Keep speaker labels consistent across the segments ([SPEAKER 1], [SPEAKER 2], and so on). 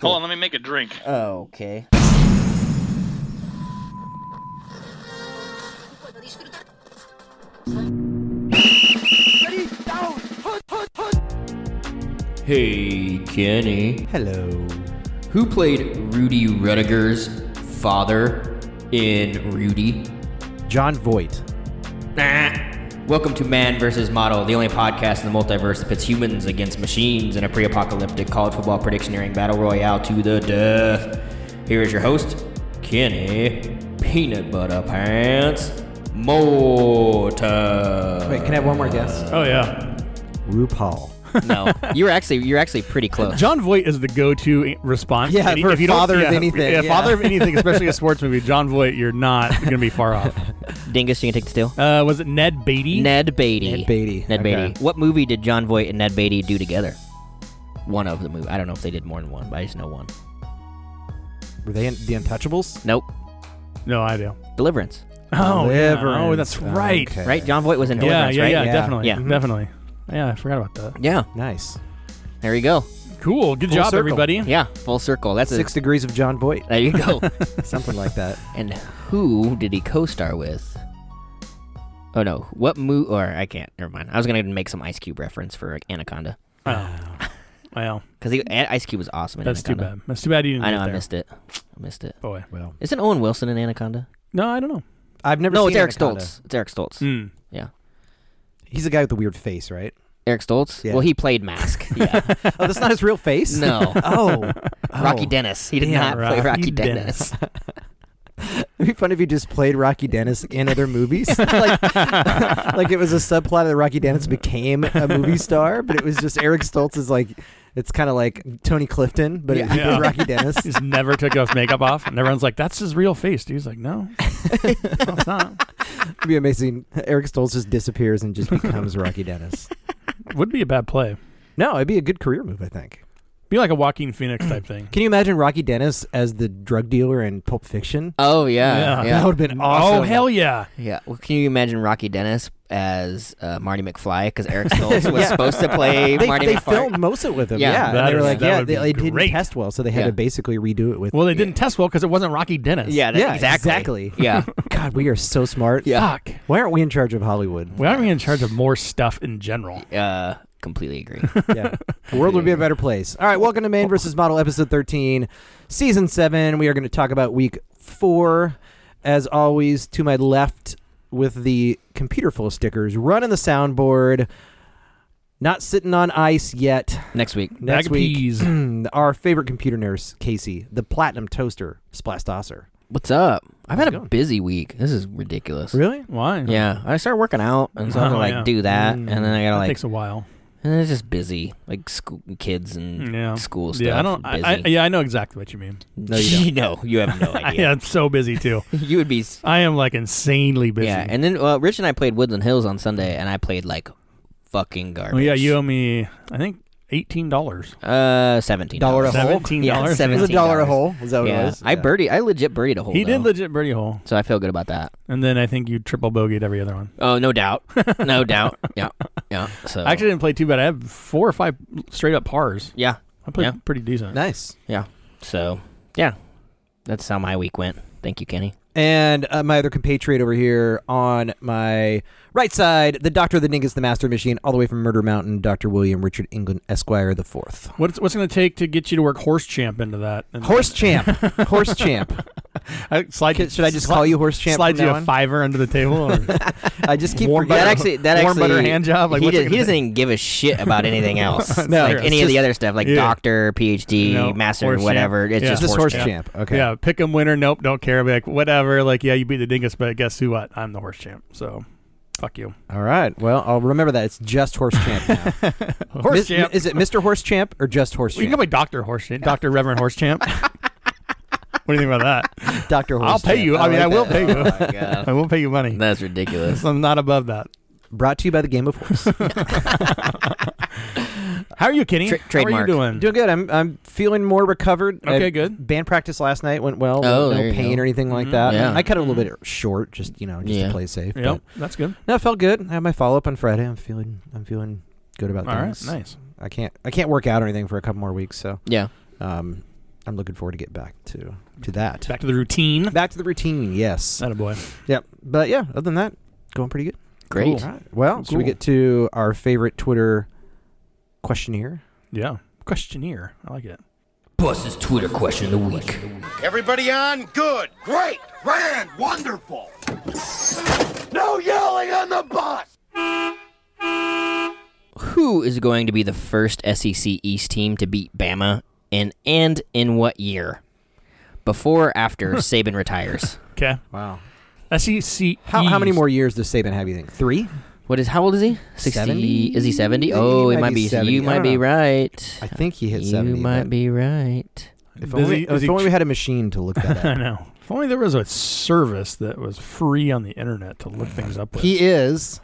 [SPEAKER 1] Hold on, let me make a drink.
[SPEAKER 2] Oh,
[SPEAKER 3] Okay.
[SPEAKER 2] Hey, Kenny. Hello. Who played Rudy Rudiger's father in Rudy?
[SPEAKER 4] John Voight.
[SPEAKER 2] Nah. Welcome to Man vs. Model, the only podcast in the multiverse that pits humans against machines in a pre apocalyptic college football predictioneering battle royale to the death. Here is your host, Kenny Peanut Butter Pants Morta.
[SPEAKER 5] Wait, can I have one more guess?
[SPEAKER 6] Oh yeah.
[SPEAKER 4] RuPaul.
[SPEAKER 2] no, you're actually you're actually pretty close.
[SPEAKER 6] John Voight is the go-to response.
[SPEAKER 4] Yeah,
[SPEAKER 6] Any-
[SPEAKER 4] for
[SPEAKER 6] if you don't-
[SPEAKER 4] father of anything,
[SPEAKER 6] Yeah,
[SPEAKER 4] yeah.
[SPEAKER 6] father of anything, especially a sports movie. John Voight, you're not gonna be far off.
[SPEAKER 2] Dingus, you can take the steal.
[SPEAKER 6] Uh, was it Ned Beatty?
[SPEAKER 2] Ned Beatty.
[SPEAKER 4] Ned Beatty.
[SPEAKER 2] Ned
[SPEAKER 4] Okay.
[SPEAKER 2] Beatty. What movie did John Voight and Ned Beatty do together? One of the movie. I don't know if they did more than one, but I just know one.
[SPEAKER 4] Were they in The Untouchables?
[SPEAKER 2] Nope.
[SPEAKER 6] No idea.
[SPEAKER 2] Deliverance.
[SPEAKER 6] Oh, yeah. oh,
[SPEAKER 4] Deliverance.
[SPEAKER 6] that's
[SPEAKER 4] Oh,
[SPEAKER 6] right.
[SPEAKER 4] Uh, okay.
[SPEAKER 2] Right? John Voight was in
[SPEAKER 6] Yeah,
[SPEAKER 2] Deliverance,
[SPEAKER 6] yeah,
[SPEAKER 2] right?
[SPEAKER 6] yeah,
[SPEAKER 4] Yeah.
[SPEAKER 6] definitely,
[SPEAKER 2] Yeah.
[SPEAKER 6] definitely. Yeah, I forgot about that.
[SPEAKER 2] Yeah.
[SPEAKER 4] Nice.
[SPEAKER 2] There you go.
[SPEAKER 6] Cool. Good
[SPEAKER 4] Full
[SPEAKER 6] job,
[SPEAKER 4] circle.
[SPEAKER 6] everybody.
[SPEAKER 2] Yeah. Full circle. That's
[SPEAKER 4] Six
[SPEAKER 2] a,
[SPEAKER 4] degrees of John Voight.
[SPEAKER 2] There you go.
[SPEAKER 4] Something like that.
[SPEAKER 2] and who did he co-star with? Oh no. What movie? Or I can't. Never mind. I was gonna make some Ice Cube reference for Anaconda
[SPEAKER 6] Well,
[SPEAKER 2] because Ice Cube was awesome. In
[SPEAKER 6] that's too
[SPEAKER 2] Anaconda.
[SPEAKER 6] bad. That's too bad you didn't
[SPEAKER 2] I
[SPEAKER 6] get
[SPEAKER 2] know. I
[SPEAKER 6] there.
[SPEAKER 2] missed it. I missed it.
[SPEAKER 6] Boy.
[SPEAKER 4] Well,
[SPEAKER 2] Isn't Owen Wilson in Anaconda?
[SPEAKER 6] No, I don't know.
[SPEAKER 4] I've never
[SPEAKER 2] no,
[SPEAKER 4] seen
[SPEAKER 2] it's Eric
[SPEAKER 4] Anaconda.
[SPEAKER 2] Stoltz. It's Eric Stoltz.
[SPEAKER 6] Hmm.
[SPEAKER 2] Yeah.
[SPEAKER 4] He's the guy with the weird face, right?
[SPEAKER 2] Eric Stoltz?
[SPEAKER 4] Yeah.
[SPEAKER 2] Well, he played Mask. Yeah.
[SPEAKER 4] Oh, that's not his real face?
[SPEAKER 2] no.
[SPEAKER 4] Oh.
[SPEAKER 2] Rocky
[SPEAKER 4] Oh.
[SPEAKER 2] Dennis. He did
[SPEAKER 6] Yeah,
[SPEAKER 2] not play
[SPEAKER 6] Rocky
[SPEAKER 2] Rocky Dennis.
[SPEAKER 6] Dennis.
[SPEAKER 4] It'd be fun if you just played Rocky Dennis in other movies. like, like it was a subplot that Rocky Dennis became a movie star, but it was just Eric Stoltz is like, it's kind of like Tony Clifton, but
[SPEAKER 2] Yeah.
[SPEAKER 4] he did
[SPEAKER 6] Yeah.
[SPEAKER 4] Rocky Dennis.
[SPEAKER 6] He just never took his makeup off, and everyone's like, "That's his real face." Dude's like, "No, no it's not."
[SPEAKER 4] It'd be amazing. Eric Stoltz just disappears and just becomes Rocky Dennis.
[SPEAKER 6] Would be a bad play.
[SPEAKER 4] No, it'd be a good career move, I think.
[SPEAKER 6] Be like a Joaquin Phoenix type thing.
[SPEAKER 4] Can you imagine Rocky Dennis as the drug dealer in Pulp Fiction?
[SPEAKER 2] Oh, yeah. Yeah.
[SPEAKER 6] Yeah.
[SPEAKER 4] That
[SPEAKER 2] yeah.
[SPEAKER 4] would have been
[SPEAKER 6] Oh
[SPEAKER 4] awesome.
[SPEAKER 6] hell yeah!
[SPEAKER 2] Well, can you imagine Rocky Dennis as uh, Marty McFly? Because Eric Stoltz was supposed to play
[SPEAKER 4] They,
[SPEAKER 2] Marty
[SPEAKER 4] they
[SPEAKER 2] McFly.
[SPEAKER 4] filmed most of it with him.
[SPEAKER 2] Yeah.
[SPEAKER 4] Yeah.
[SPEAKER 6] That
[SPEAKER 4] And they were
[SPEAKER 6] is-
[SPEAKER 4] like,
[SPEAKER 6] that
[SPEAKER 4] yeah,
[SPEAKER 6] would
[SPEAKER 4] they
[SPEAKER 6] be
[SPEAKER 4] like, didn't
[SPEAKER 6] great.
[SPEAKER 4] test well, so they had
[SPEAKER 2] Yeah.
[SPEAKER 4] to basically redo it with.
[SPEAKER 6] Well, they didn't test well because it wasn't Rocky Dennis.
[SPEAKER 2] Yeah, that,
[SPEAKER 4] yeah,
[SPEAKER 2] exactly.
[SPEAKER 4] exactly.
[SPEAKER 2] Yeah.
[SPEAKER 4] God, we are so smart.
[SPEAKER 2] Yeah.
[SPEAKER 6] Fuck.
[SPEAKER 4] Why aren't we in charge of Hollywood?
[SPEAKER 6] Why aren't we in charge of more stuff in general?
[SPEAKER 2] Uh, completely agree.
[SPEAKER 4] yeah. The world would be a better place. All right, welcome to Man versus Model, episode 13, season 7. We are going to talk about week 4. As always, to my left with the computer full of stickers, running the soundboard, not sitting on ice yet.
[SPEAKER 2] Next week.
[SPEAKER 4] Next
[SPEAKER 6] Bag of
[SPEAKER 4] week,
[SPEAKER 6] peas.
[SPEAKER 4] our favorite computer nurse, Casey, the platinum toaster, Splashdosser.
[SPEAKER 2] What's up? I've had
[SPEAKER 4] How's
[SPEAKER 2] a
[SPEAKER 4] it going?
[SPEAKER 2] busy week. This is ridiculous.
[SPEAKER 4] Really?
[SPEAKER 6] Why?
[SPEAKER 2] Yeah. I started working out, and so I have to
[SPEAKER 6] Oh,
[SPEAKER 2] like
[SPEAKER 6] yeah.
[SPEAKER 2] do that, and
[SPEAKER 4] Mm.
[SPEAKER 2] then I gotta
[SPEAKER 6] That
[SPEAKER 2] like,
[SPEAKER 6] takes a while.
[SPEAKER 2] and it's just busy, like school, kids and
[SPEAKER 6] Yeah.
[SPEAKER 2] mm, school stuff.
[SPEAKER 6] Yeah, I don't. I, I,
[SPEAKER 2] busy.
[SPEAKER 6] yeah, I know exactly what you mean.
[SPEAKER 2] No, you, have no
[SPEAKER 6] I
[SPEAKER 2] idea.
[SPEAKER 6] am so busy too.
[SPEAKER 2] you would be. s-
[SPEAKER 6] I am like insanely busy.
[SPEAKER 2] Yeah, and then well, Rich and I played Woodland Hills on Sunday, and I played like fucking garbage.
[SPEAKER 6] well, Oh, yeah, you owe me. I think eighteen dollars.
[SPEAKER 2] uh seventeen
[SPEAKER 4] Dollar a hole?
[SPEAKER 6] Seventeen
[SPEAKER 2] Yeah,
[SPEAKER 6] dollars.
[SPEAKER 2] seven-
[SPEAKER 4] It was a dollar a hole. Is that what it
[SPEAKER 2] Yeah,
[SPEAKER 4] was?
[SPEAKER 2] I birdied. I legit birdied a hole.
[SPEAKER 6] He did
[SPEAKER 2] though,
[SPEAKER 6] legit birdie hole,
[SPEAKER 2] so I feel good about that.
[SPEAKER 6] and then I think you triple bogeyed every other one.
[SPEAKER 2] Oh, no doubt, no doubt. Yeah, yeah. So
[SPEAKER 6] I actually didn't play too bad. I had four or five straight up pars.
[SPEAKER 2] yeah.
[SPEAKER 6] I played
[SPEAKER 2] Yeah.
[SPEAKER 6] pretty decent.
[SPEAKER 4] Nice.
[SPEAKER 2] So yeah, that's how my week went. Thank you, Kenny.
[SPEAKER 4] And uh, my other compatriot over here on my right side, the Doctor of the Dingus, the Master of Machine, all the way from Murder Mountain, Doctor William Richard England Esquire the Fourth.
[SPEAKER 6] What's what's going to take to get you to work horse champ into that? And-
[SPEAKER 4] Horse champ, horse champ.
[SPEAKER 6] I, slide,
[SPEAKER 4] Should I just call you horse champ?
[SPEAKER 6] Slide
[SPEAKER 4] from
[SPEAKER 6] you
[SPEAKER 4] now
[SPEAKER 6] a
[SPEAKER 4] on?
[SPEAKER 6] fiver under the table. Or,
[SPEAKER 4] I just keep
[SPEAKER 6] warm
[SPEAKER 4] forgetting.
[SPEAKER 2] that actually, that
[SPEAKER 6] warm
[SPEAKER 2] actually,
[SPEAKER 6] butter hand job? Like,
[SPEAKER 2] he,
[SPEAKER 6] what's it
[SPEAKER 2] does, he
[SPEAKER 6] gonna
[SPEAKER 2] doesn't give a shit about anything else.
[SPEAKER 4] No,
[SPEAKER 2] like
[SPEAKER 4] it's
[SPEAKER 2] any of the
[SPEAKER 4] just-
[SPEAKER 2] other stuff, like
[SPEAKER 6] yeah.
[SPEAKER 2] doctor, PhD,
[SPEAKER 6] No,
[SPEAKER 2] master,
[SPEAKER 6] horse champ.
[SPEAKER 2] whatever. It's
[SPEAKER 6] Yeah.
[SPEAKER 2] just,
[SPEAKER 4] just horse,
[SPEAKER 2] horse
[SPEAKER 6] champ.
[SPEAKER 4] champ. Okay.
[SPEAKER 6] Yeah, pick 'em winner. Nope, don't care. Be like whatever. Like yeah, you beat the dingus, but guess who? What? I'm the horse champ. So, fuck you.
[SPEAKER 4] All right. Well, I'll remember that. It's just horse champ now.
[SPEAKER 6] Horse
[SPEAKER 4] Mis-
[SPEAKER 6] champ.
[SPEAKER 4] Is it Mr. Horse Champ or just horse
[SPEAKER 6] you can
[SPEAKER 4] champ?
[SPEAKER 6] call me Doctor Horse Champ. Doctor Reverend Horse Champ. what do you think about that?
[SPEAKER 4] Doctor Horse.
[SPEAKER 6] I'll pay
[SPEAKER 4] Champ.
[SPEAKER 6] you. I mean, I
[SPEAKER 2] like
[SPEAKER 6] will
[SPEAKER 2] that.
[SPEAKER 6] pay you.
[SPEAKER 2] Oh my God.
[SPEAKER 6] I will pay you money.
[SPEAKER 2] That's ridiculous.
[SPEAKER 6] I'm not above that.
[SPEAKER 4] Brought to you by the Game of Horse.
[SPEAKER 6] How are you, Kenny?
[SPEAKER 2] Tra-
[SPEAKER 6] How
[SPEAKER 2] trademark.
[SPEAKER 6] are you doing?
[SPEAKER 4] Mm-hmm. Doing good. I'm I'm feeling more recovered.
[SPEAKER 6] Okay,
[SPEAKER 4] I-
[SPEAKER 6] good.
[SPEAKER 4] Band practice last night went well.
[SPEAKER 2] Oh,
[SPEAKER 4] no
[SPEAKER 2] there you
[SPEAKER 4] pain
[SPEAKER 2] go.
[SPEAKER 4] or anything like
[SPEAKER 6] Mhm.
[SPEAKER 4] that.
[SPEAKER 2] Yeah.
[SPEAKER 4] I cut it a little bit short, just you know, just
[SPEAKER 2] Yeah.
[SPEAKER 4] to play safe.
[SPEAKER 6] Mm-hmm. Yep, that's good.
[SPEAKER 4] But no, it felt good. I had my follow up on Friday. I'm feeling I'm feeling good about
[SPEAKER 6] All right,
[SPEAKER 4] things.
[SPEAKER 6] nice.
[SPEAKER 4] I can't I can't work out or anything for a couple more weeks, so
[SPEAKER 2] Yeah.
[SPEAKER 4] um I'm looking forward to get back to to that.
[SPEAKER 6] Back to the routine.
[SPEAKER 4] Back to the routine. Yes.
[SPEAKER 6] That a boy.
[SPEAKER 4] Yep. But yeah, other than that, going pretty good.
[SPEAKER 2] Great.
[SPEAKER 6] Cool.
[SPEAKER 4] All right. Well, should we
[SPEAKER 6] Cool.
[SPEAKER 4] get to our favorite Twitter questionnaire?
[SPEAKER 6] Yeah. Questionnaire. I like it.
[SPEAKER 2] Boss's Twitter question of the week.
[SPEAKER 1] Everybody on? Good. Great. Grand. Wonderful. No yelling on the bus.
[SPEAKER 2] Who is going to be the first SEC East team to beat Bama, and and in what year? Before or after Saban retires?
[SPEAKER 6] Okay. E
[SPEAKER 4] Wow.
[SPEAKER 6] SEC.
[SPEAKER 4] How, how many
[SPEAKER 6] East.
[SPEAKER 4] more years does Saban have? You think three?
[SPEAKER 2] What is? How old is he? Sixty?
[SPEAKER 4] 70?
[SPEAKER 2] Is he seventy?
[SPEAKER 4] He
[SPEAKER 2] Oh, it
[SPEAKER 4] might
[SPEAKER 2] might
[SPEAKER 4] be
[SPEAKER 2] be.
[SPEAKER 4] 70.
[SPEAKER 2] You
[SPEAKER 4] I
[SPEAKER 2] might
[SPEAKER 4] don't
[SPEAKER 2] be
[SPEAKER 4] know.
[SPEAKER 2] right.
[SPEAKER 4] I think he hit
[SPEAKER 2] you
[SPEAKER 4] seventy.
[SPEAKER 2] might
[SPEAKER 4] but
[SPEAKER 2] be right.
[SPEAKER 4] If
[SPEAKER 6] Does
[SPEAKER 4] only,
[SPEAKER 6] he- does
[SPEAKER 4] if
[SPEAKER 6] he
[SPEAKER 4] only
[SPEAKER 6] tr-
[SPEAKER 4] we had a machine to look that
[SPEAKER 6] I
[SPEAKER 4] up.
[SPEAKER 6] know. If only there was a service that was free on the internet to look things up with.
[SPEAKER 4] he is.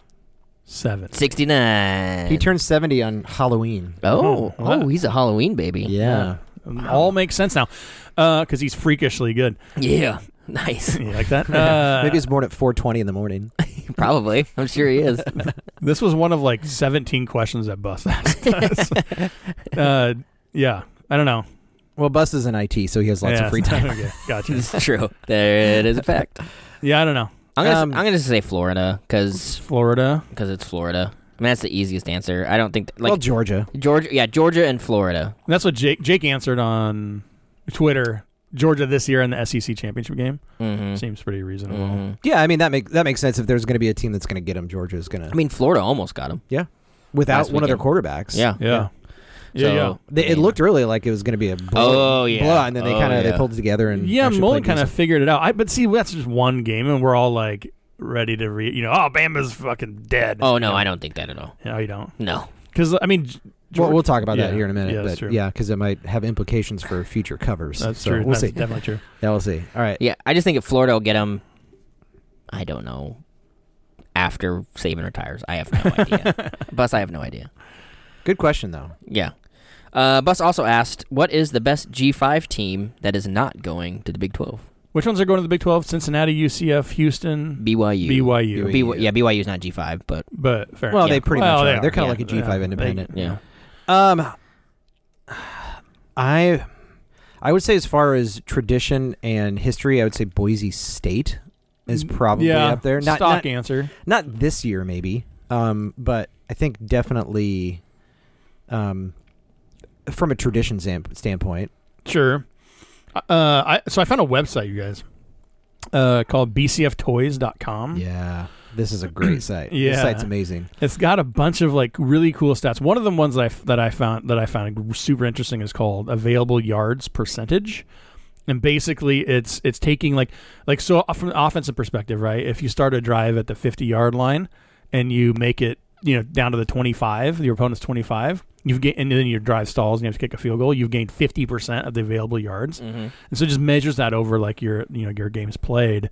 [SPEAKER 6] Seven.
[SPEAKER 2] Sixty-nine.
[SPEAKER 4] He turned seventy on Halloween.
[SPEAKER 2] Oh,
[SPEAKER 6] Oh, well,
[SPEAKER 2] oh, he's a Halloween baby.
[SPEAKER 4] Yeah.
[SPEAKER 6] Um, All makes sense now. Because he's freakishly good.
[SPEAKER 2] Yeah. Nice.
[SPEAKER 6] You like that? Uh,
[SPEAKER 4] Maybe he's born at four twenty in the morning.
[SPEAKER 2] Probably. I'm sure he is.
[SPEAKER 6] This was one of like 17 questions that Bus asked us. uh, yeah. I don't know.
[SPEAKER 4] Well, Bus is in IT, so he has lots
[SPEAKER 6] yeah.
[SPEAKER 4] of free time.
[SPEAKER 6] okay. Gotcha.
[SPEAKER 2] it's true. There it is a fact.
[SPEAKER 6] Yeah, I don't know.
[SPEAKER 2] I'm gonna,
[SPEAKER 4] Um,
[SPEAKER 2] I'm gonna say Florida because
[SPEAKER 6] Florida.
[SPEAKER 2] it's Florida. I mean that's the easiest answer. I don't think th- like
[SPEAKER 4] well, Georgia.
[SPEAKER 2] Georgia. Yeah, Georgia and Florida.
[SPEAKER 6] That's what Jake Jake answered on Twitter. Georgia this year in the SEC championship game
[SPEAKER 4] Mm-hmm.
[SPEAKER 2] hmm
[SPEAKER 6] seems pretty reasonable.
[SPEAKER 2] hmm
[SPEAKER 4] Yeah, I mean that makes that makes sense. If there's going to be a team that's going to get him, Georgia's going
[SPEAKER 2] I
[SPEAKER 4] to
[SPEAKER 2] mean Florida almost got him.
[SPEAKER 4] without
[SPEAKER 2] last
[SPEAKER 4] one of their
[SPEAKER 2] weekend.
[SPEAKER 4] quarterbacks.
[SPEAKER 2] Yeah.
[SPEAKER 6] Yeah, yeah,
[SPEAKER 2] So,
[SPEAKER 6] yeah.
[SPEAKER 4] They,
[SPEAKER 2] I
[SPEAKER 4] it
[SPEAKER 2] mean,
[SPEAKER 4] looked really like it was going to be a blow,
[SPEAKER 2] Oh, yeah.
[SPEAKER 4] blow, and then they
[SPEAKER 2] Oh,
[SPEAKER 4] kind of they
[SPEAKER 2] yeah.
[SPEAKER 4] pulled it together and
[SPEAKER 6] Yeah,
[SPEAKER 4] actually
[SPEAKER 6] Mullen
[SPEAKER 4] played
[SPEAKER 6] kind of
[SPEAKER 4] decent.
[SPEAKER 6] figured it out. I but see, that's just one game, and we're all like ready to read. You know, oh, Bama's fucking dead.
[SPEAKER 2] Oh no, I don't think that at all.
[SPEAKER 6] No, you don't.
[SPEAKER 2] No.
[SPEAKER 6] Because I mean, G-
[SPEAKER 4] Well,
[SPEAKER 6] Georgia-
[SPEAKER 4] we'll talk about that
[SPEAKER 6] Yeah.
[SPEAKER 4] here in a minute,
[SPEAKER 6] Yeah, that's
[SPEAKER 4] but
[SPEAKER 6] true.
[SPEAKER 4] yeah, because it might have implications for future covers.
[SPEAKER 6] that's
[SPEAKER 4] so
[SPEAKER 6] true.
[SPEAKER 4] We'll
[SPEAKER 6] that's
[SPEAKER 4] see.
[SPEAKER 6] definitely true.
[SPEAKER 4] Yeah, we'll see. All right.
[SPEAKER 2] Yeah, I just think if Florida will get him, I don't know. After Saban retires, I have no idea. Bus, I have no idea.
[SPEAKER 4] Good question though.
[SPEAKER 2] Yeah. Uh, Bus also asked, "What is the best G5 team that is not going to the Big 12?"
[SPEAKER 6] Which ones are going to the Big Twelve? Cincinnati, UCF, Houston,
[SPEAKER 2] BYU.
[SPEAKER 6] BYU.
[SPEAKER 4] BYU.
[SPEAKER 2] BYU. Yeah, BYU is not G5, but
[SPEAKER 6] But fair.
[SPEAKER 4] Well,
[SPEAKER 2] Yeah.
[SPEAKER 4] they pretty
[SPEAKER 6] Well,
[SPEAKER 4] much
[SPEAKER 6] they
[SPEAKER 4] are.
[SPEAKER 6] are,
[SPEAKER 4] They're kind
[SPEAKER 6] yeah.
[SPEAKER 4] of like a G five
[SPEAKER 6] Yeah, they-
[SPEAKER 4] independent.
[SPEAKER 2] yeah.
[SPEAKER 4] Um, I, I would say as far as tradition and history, I would say Boise State is probably
[SPEAKER 6] Mm, yeah,
[SPEAKER 4] up there. Not,
[SPEAKER 6] stock
[SPEAKER 4] not
[SPEAKER 6] answer.
[SPEAKER 4] not this year maybe, um, but I think definitely, um, from a tradition zamp- standpoint.
[SPEAKER 6] Sure. Uh, I so I found a website, you guys, uh, called bcftoys.com.
[SPEAKER 4] Yeah, this is a great site. this
[SPEAKER 6] Mm. Yeah.
[SPEAKER 4] site's amazing.
[SPEAKER 6] It's got a bunch of like really cool stats. One of the ones that I, f- that I found that I found super interesting is called available yards percentage. And basically, it's it's taking like like so uh, from the offensive perspective, right? If you start a drive at the fifty yard line and you make it, you know, down to the twenty five, your opponent's twenty five, you've gained, and then your drive stalls and you have to kick a field goal. You've gained fifty percent of the available yards. And so it just measures that over like your you know your games played.